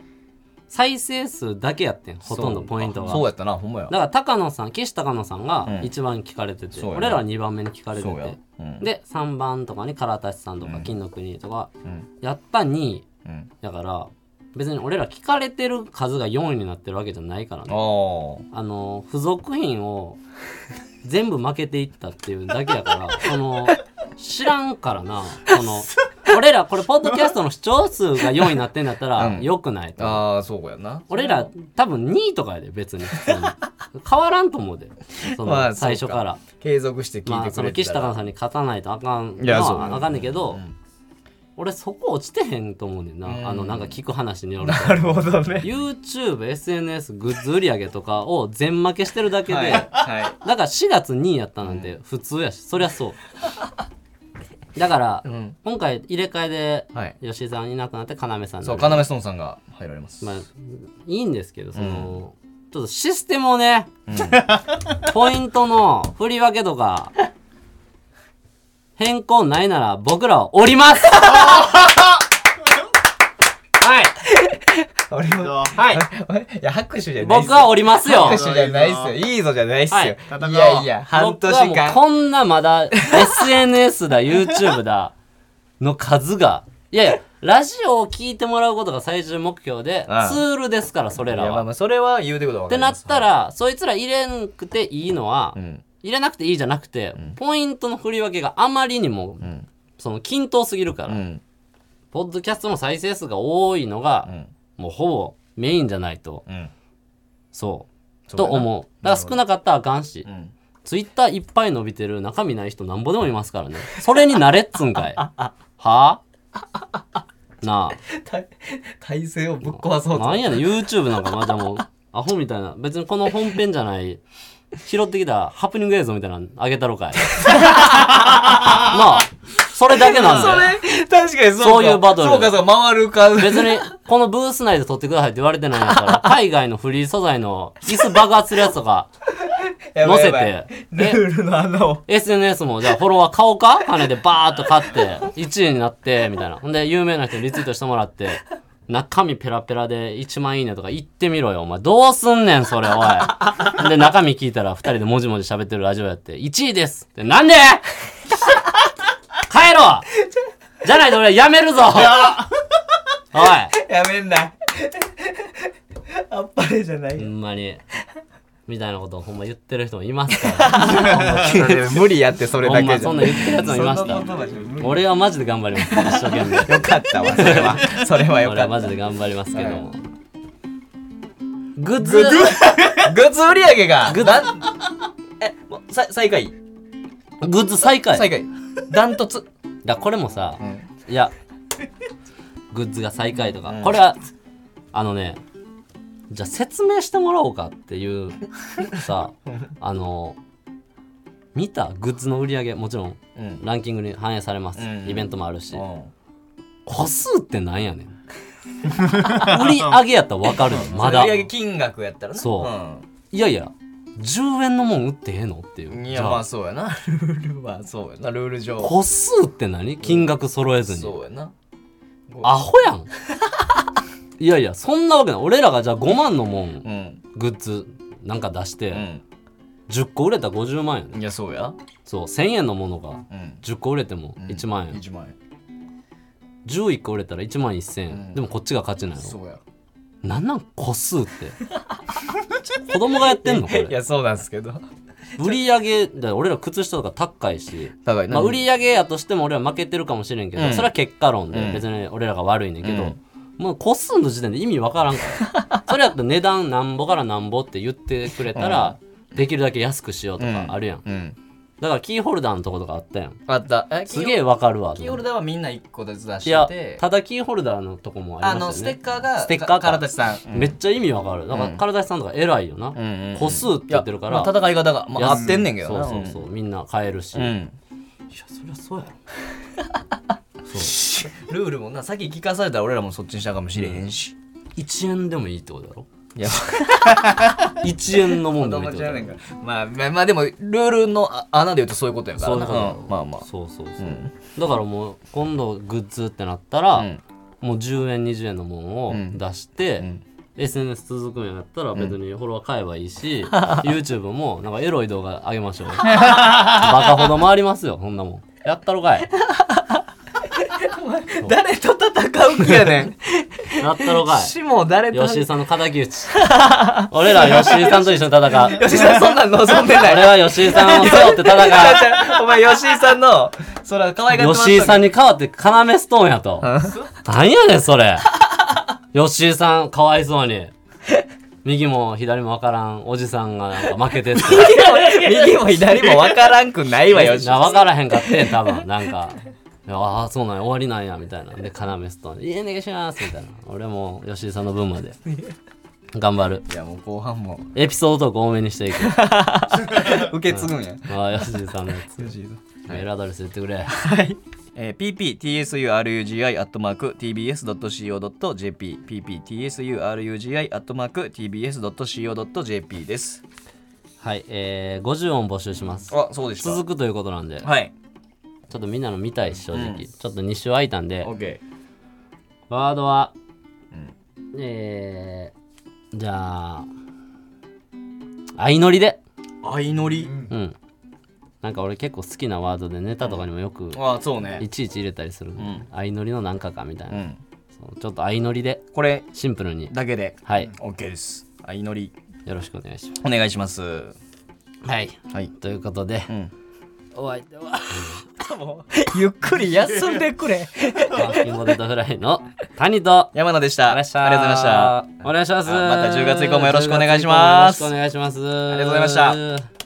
S2: 再生数だけやってん、ほとんどポイントが。
S3: そうやったな、ほんまや
S2: だ。から高野さん岸高野さん
S3: う
S2: が
S3: ん
S2: 一番聞かれてて、
S3: そうやな
S2: 俺らは2番目に聞かれて
S3: そうや
S2: て、。
S3: うん。
S2: で3番とかに唐舘さんとか金の国とか、
S3: ん
S2: やった2位
S3: うん。
S2: だから別に俺ら聞かれてる数が4位になってるわけじゃないから
S3: あ
S2: ね
S3: あ。
S2: あの付属品を全部負けていったっていうだけやからその知らんからなこの俺らこれポッドキャストの視聴数が4位になってんだったら、
S3: うん
S2: よくないと思う
S3: ああ、そうやな。
S2: 俺ら多分2位とかやで別に普通に変わらんと思うでそ
S3: ま
S2: の
S3: あ
S2: 最初から
S3: 継続して聞いてくれ
S2: まあ
S3: てた
S2: そ
S3: ら
S2: の岸高野さんに勝たないとあかん
S3: いや
S2: の
S3: そう
S2: はあかんねんけど俺そこ落ちてへんと思うねんなあのなんか聞く話によると
S3: なるほどね。
S2: YouTubeSNS グッズ売り上げとかを全負けしてるだけで、
S3: はい。は
S2: だから4月2位やったなんて普通やし、そりゃそうだから、
S3: ん
S2: 今回入れ替えで
S3: い。はい。
S2: 吉井さんいなくなって要さんになる
S3: そう、要ストーンさんが入られます。
S2: まあ、いいんですけど、その、ちょっとシステムをね、 ポイントの振り分けとか、変更ないなら僕らはお りますはい、
S3: 俺も、
S2: はい、
S3: いや、拍手じゃないっす
S2: 僕はおりますよ
S3: 拍手じゃないっすよ。いいぞじゃないっす
S2: はい
S3: よ。いやいや、半
S2: 僕は
S3: 年
S2: もう
S3: 間。
S2: こんなまだ SNS だ、YouTube だ、の数が、いやいや、ラジオを聞いてもらうことが最終目標で、ツ
S3: ああ
S2: ールですから、それ
S3: い
S2: ら
S3: や、まあ
S2: は。
S3: まあ、それは言うてことは分
S2: っ
S3: か
S2: て
S3: り
S2: な
S3: ま
S2: っ
S3: す
S2: たら、そいつら入れんくていいのは、
S3: うん。
S2: 入れなくていいじゃなくて、ポイントの振り分けがあまりにも、
S3: ん
S2: その均等すぎるか
S3: う
S2: ら、
S3: ん。
S2: ポッドキャストの再生数が多いのが、
S3: ん
S2: もうほぼメインじゃないと、
S3: うん。
S2: そう
S3: そう
S2: と
S3: やな
S2: 思うだから少なかったらあかんし、
S3: ん
S2: ツイッターいっぱい伸びてる中身ない人なんぼでもいますからねそれに慣れっつんかいはあなあ
S3: 体体勢をぶっ壊そう
S2: な
S3: と
S2: ん。やねん YouTube なんかまだもうアホみたいな別にこの本編じゃない拾ってきたハプニング映像みたいなのあげたろかい なあそれだけなんだよ
S3: れ、確かにそうか
S2: そういうバトル
S3: そうか、そうか、回るか。
S2: 別にこのブース内で撮ってくださいって言われてないんだから海外のフリー素材の椅子爆発するやつとか
S3: やば
S2: 載
S3: いや
S2: せ
S3: ばい
S2: て、
S7: ルールの穴を。
S2: SNS もじゃあフォロワー買おうか金でバーッと買って1位になってみたいなほんで有名な人にリツイートしてもらって中身ペラペラで1万いいねとか言ってみろよお前どうすんねんそれおいほんで中身聞いたら2人でもじもじ喋ってるラジオやって1位ですってなんで帰ろうじゃないと俺やめるぞおい
S7: やめんな。あっぱれじゃない
S2: ほ
S7: よ。
S2: んまにみたいなことをほんま言ってる人もいますから
S3: 無理やってそれ
S2: ほ
S3: だ
S2: ん
S3: け
S2: ま
S3: じゃ
S2: そんな言ってるやつもいま
S7: そ
S2: し
S7: んな
S2: た
S7: ことだし無理
S2: 俺はマジで頑張ります一生懸命
S3: よかったわそれはそれはよ
S2: 俺
S3: か
S2: は
S3: った
S2: マジで頑張りますけども、
S3: は
S2: グッズ
S3: グッズ売り上げがグえもうさ最下位
S2: グッズ再開
S3: 最下位ダントツ
S2: だこれもさ、いやグッズが最下位とか、
S3: うん
S2: これはあのねじゃあ説明してもらおうかっていう さあの見たグッズの売り上げもちろん
S3: うん
S2: ランキングに反映されます、
S3: うん
S2: イベントもあるし、
S3: うん
S2: 個数ってなんやねん 売り上げやったら分かるよまだ
S3: 売り上げ金額やったらな
S2: そうんいやいや10円のもん売ってええのっていう
S3: い
S2: じ
S3: や
S2: ゃ
S3: まあそうやなルールはそうやなルール上
S2: 個数って何金額揃えずに
S3: そうやな
S2: アホ やんいやいやそんなわけない俺らがじゃあ5万のもん
S3: うん
S2: グッズなんか出し
S3: う
S2: て、
S3: ん
S2: 10個売れたら50万やね
S3: いやそうや
S2: そう1000円のものが
S3: うん
S2: 10個売れても1万円、
S3: 1万円
S2: 11個売れたら1万1000円、
S3: うん
S2: でもこっちが勝ちなの
S3: そうや
S2: なんなん 個数って子供がやってんのこ
S3: い
S2: れ
S3: やそうなんですけど
S2: 売り上げだ俺ら靴下とか高いし
S3: 高い
S2: まあ、売り上げやとしても俺は負けてるかもしれんけど、
S3: うん
S2: それは結果論で、
S3: うん
S2: 別に俺らが悪いねんけど、
S3: うん
S2: もう個数の時点で意味わからんか らそれやったら値段なんぼからなんぼって言ってくれたら、できるだけ安くしようとかあるやん、
S3: うん
S2: だからキーホルダーのとことかあったやん
S3: あったえ
S2: すげえわかるわ
S3: キーホルダーはみんな1個ずつ出
S2: い
S3: し
S2: や
S3: て
S2: ただキーホルダーのとこもあ
S3: あ
S2: りま
S3: の
S2: し
S3: ス
S2: た
S3: テ
S2: よ
S3: ッ
S2: ね
S3: カーが
S2: ステッカーか
S3: からたちさん
S2: めっちゃ意味わかるだから
S3: うん
S2: 体さんとか偉いよな、個数って言ってるから、
S3: まあ戦い方がまあ合ってんねんけど
S2: そう
S3: な
S2: そうそう、みんな買えるし、
S3: うん
S2: いや
S3: ん
S2: そりゃそうやろ
S3: ルールもな先聞かされたら俺らもそっちにしたかもしれへんし
S2: 1円でもいいってことやろ
S3: いや
S2: 1円のもんでもいいっ
S3: 友
S2: て
S3: 達
S2: こと
S3: やね
S2: やろ
S3: んからまあまあまあでもルールのあ穴で言うとそういうことやから
S2: そういう
S3: な
S2: ことだろ
S3: うんまあまあ
S2: そうそうそう、
S3: ん
S2: だからもう今度グッズってなったら、
S3: うん
S2: もう10円20円のもんを
S3: ん
S2: 出して、
S3: ん
S2: SNS 続くんやったら別にフォロワー買えばい いし、YouTube もなんかエロい動画あげましょうバカほど回りますよこんなもんやったろかい
S3: 誰と戦う気やねん
S2: やったろか い
S3: しも誰と
S2: 吉井さんの敵討 ち俺らは吉井さんと一緒に戦う
S3: 吉井さんそんなん望んでない
S2: 俺は吉井さんを背負って戦う
S3: お前吉井さんのそら可愛がって
S2: 吉 井さ
S3: ん
S2: んに代わって要ストーンやと。なんやねん、それ。吉井さん、かわいそうに。右も左もわからんおじさんがなんか負けてって。
S3: 右も左も分からんくないわ吉井
S2: な
S3: さん
S2: 分からへんかって、多分なんか。ああ、そうなんや、終わりなんや、みたいな。で、要ストーンに、いえ、お願いします、みたいな。俺も吉井さんの分まで。頑張る。
S3: いやもう後半も
S2: エピソードトーク多めにしていく。あ
S3: 受け継ぐんや
S2: あ、吉井さんのやつ。メールアドレス言ってくれ。
S3: えー、pptsurugi.tbs.co.jp pptsurugi.tbs.co.jp です。
S2: はい、えー、50音募集します。
S3: あ、そうでした。
S2: 続くということなんで。
S3: はい。
S2: ちょっとみんなの見たいし正直、
S3: うん
S2: ちょっと2週空いたんで
S3: OK。
S2: ワードは、えー、じゃあ相乗りで
S3: 相乗り。
S2: うんなんか俺結構好きなワードでネタとかにもよく
S3: あ、そうね
S2: い。ちいち入れたりする、
S3: ん
S2: 相乗りのなんかかみたいうな、
S3: ん。
S2: そうちょっと相乗りで
S3: これ
S2: シンプルに
S3: だけで
S2: はい
S3: OK です。相乗り。
S2: よろしくお願いしま
S3: お願いします。
S2: すはい
S3: はい。
S2: ということで、
S3: ん
S2: お相手は
S3: ゆっくり休んでくれ。
S2: パンキンポテトフライの谷と
S3: 山野でした。ありがとうございました。
S2: お願いします。
S3: あまた10月以降もよろしくお願いします
S2: 10月以降もよろしくお願いします。あ。
S3: りがとうございました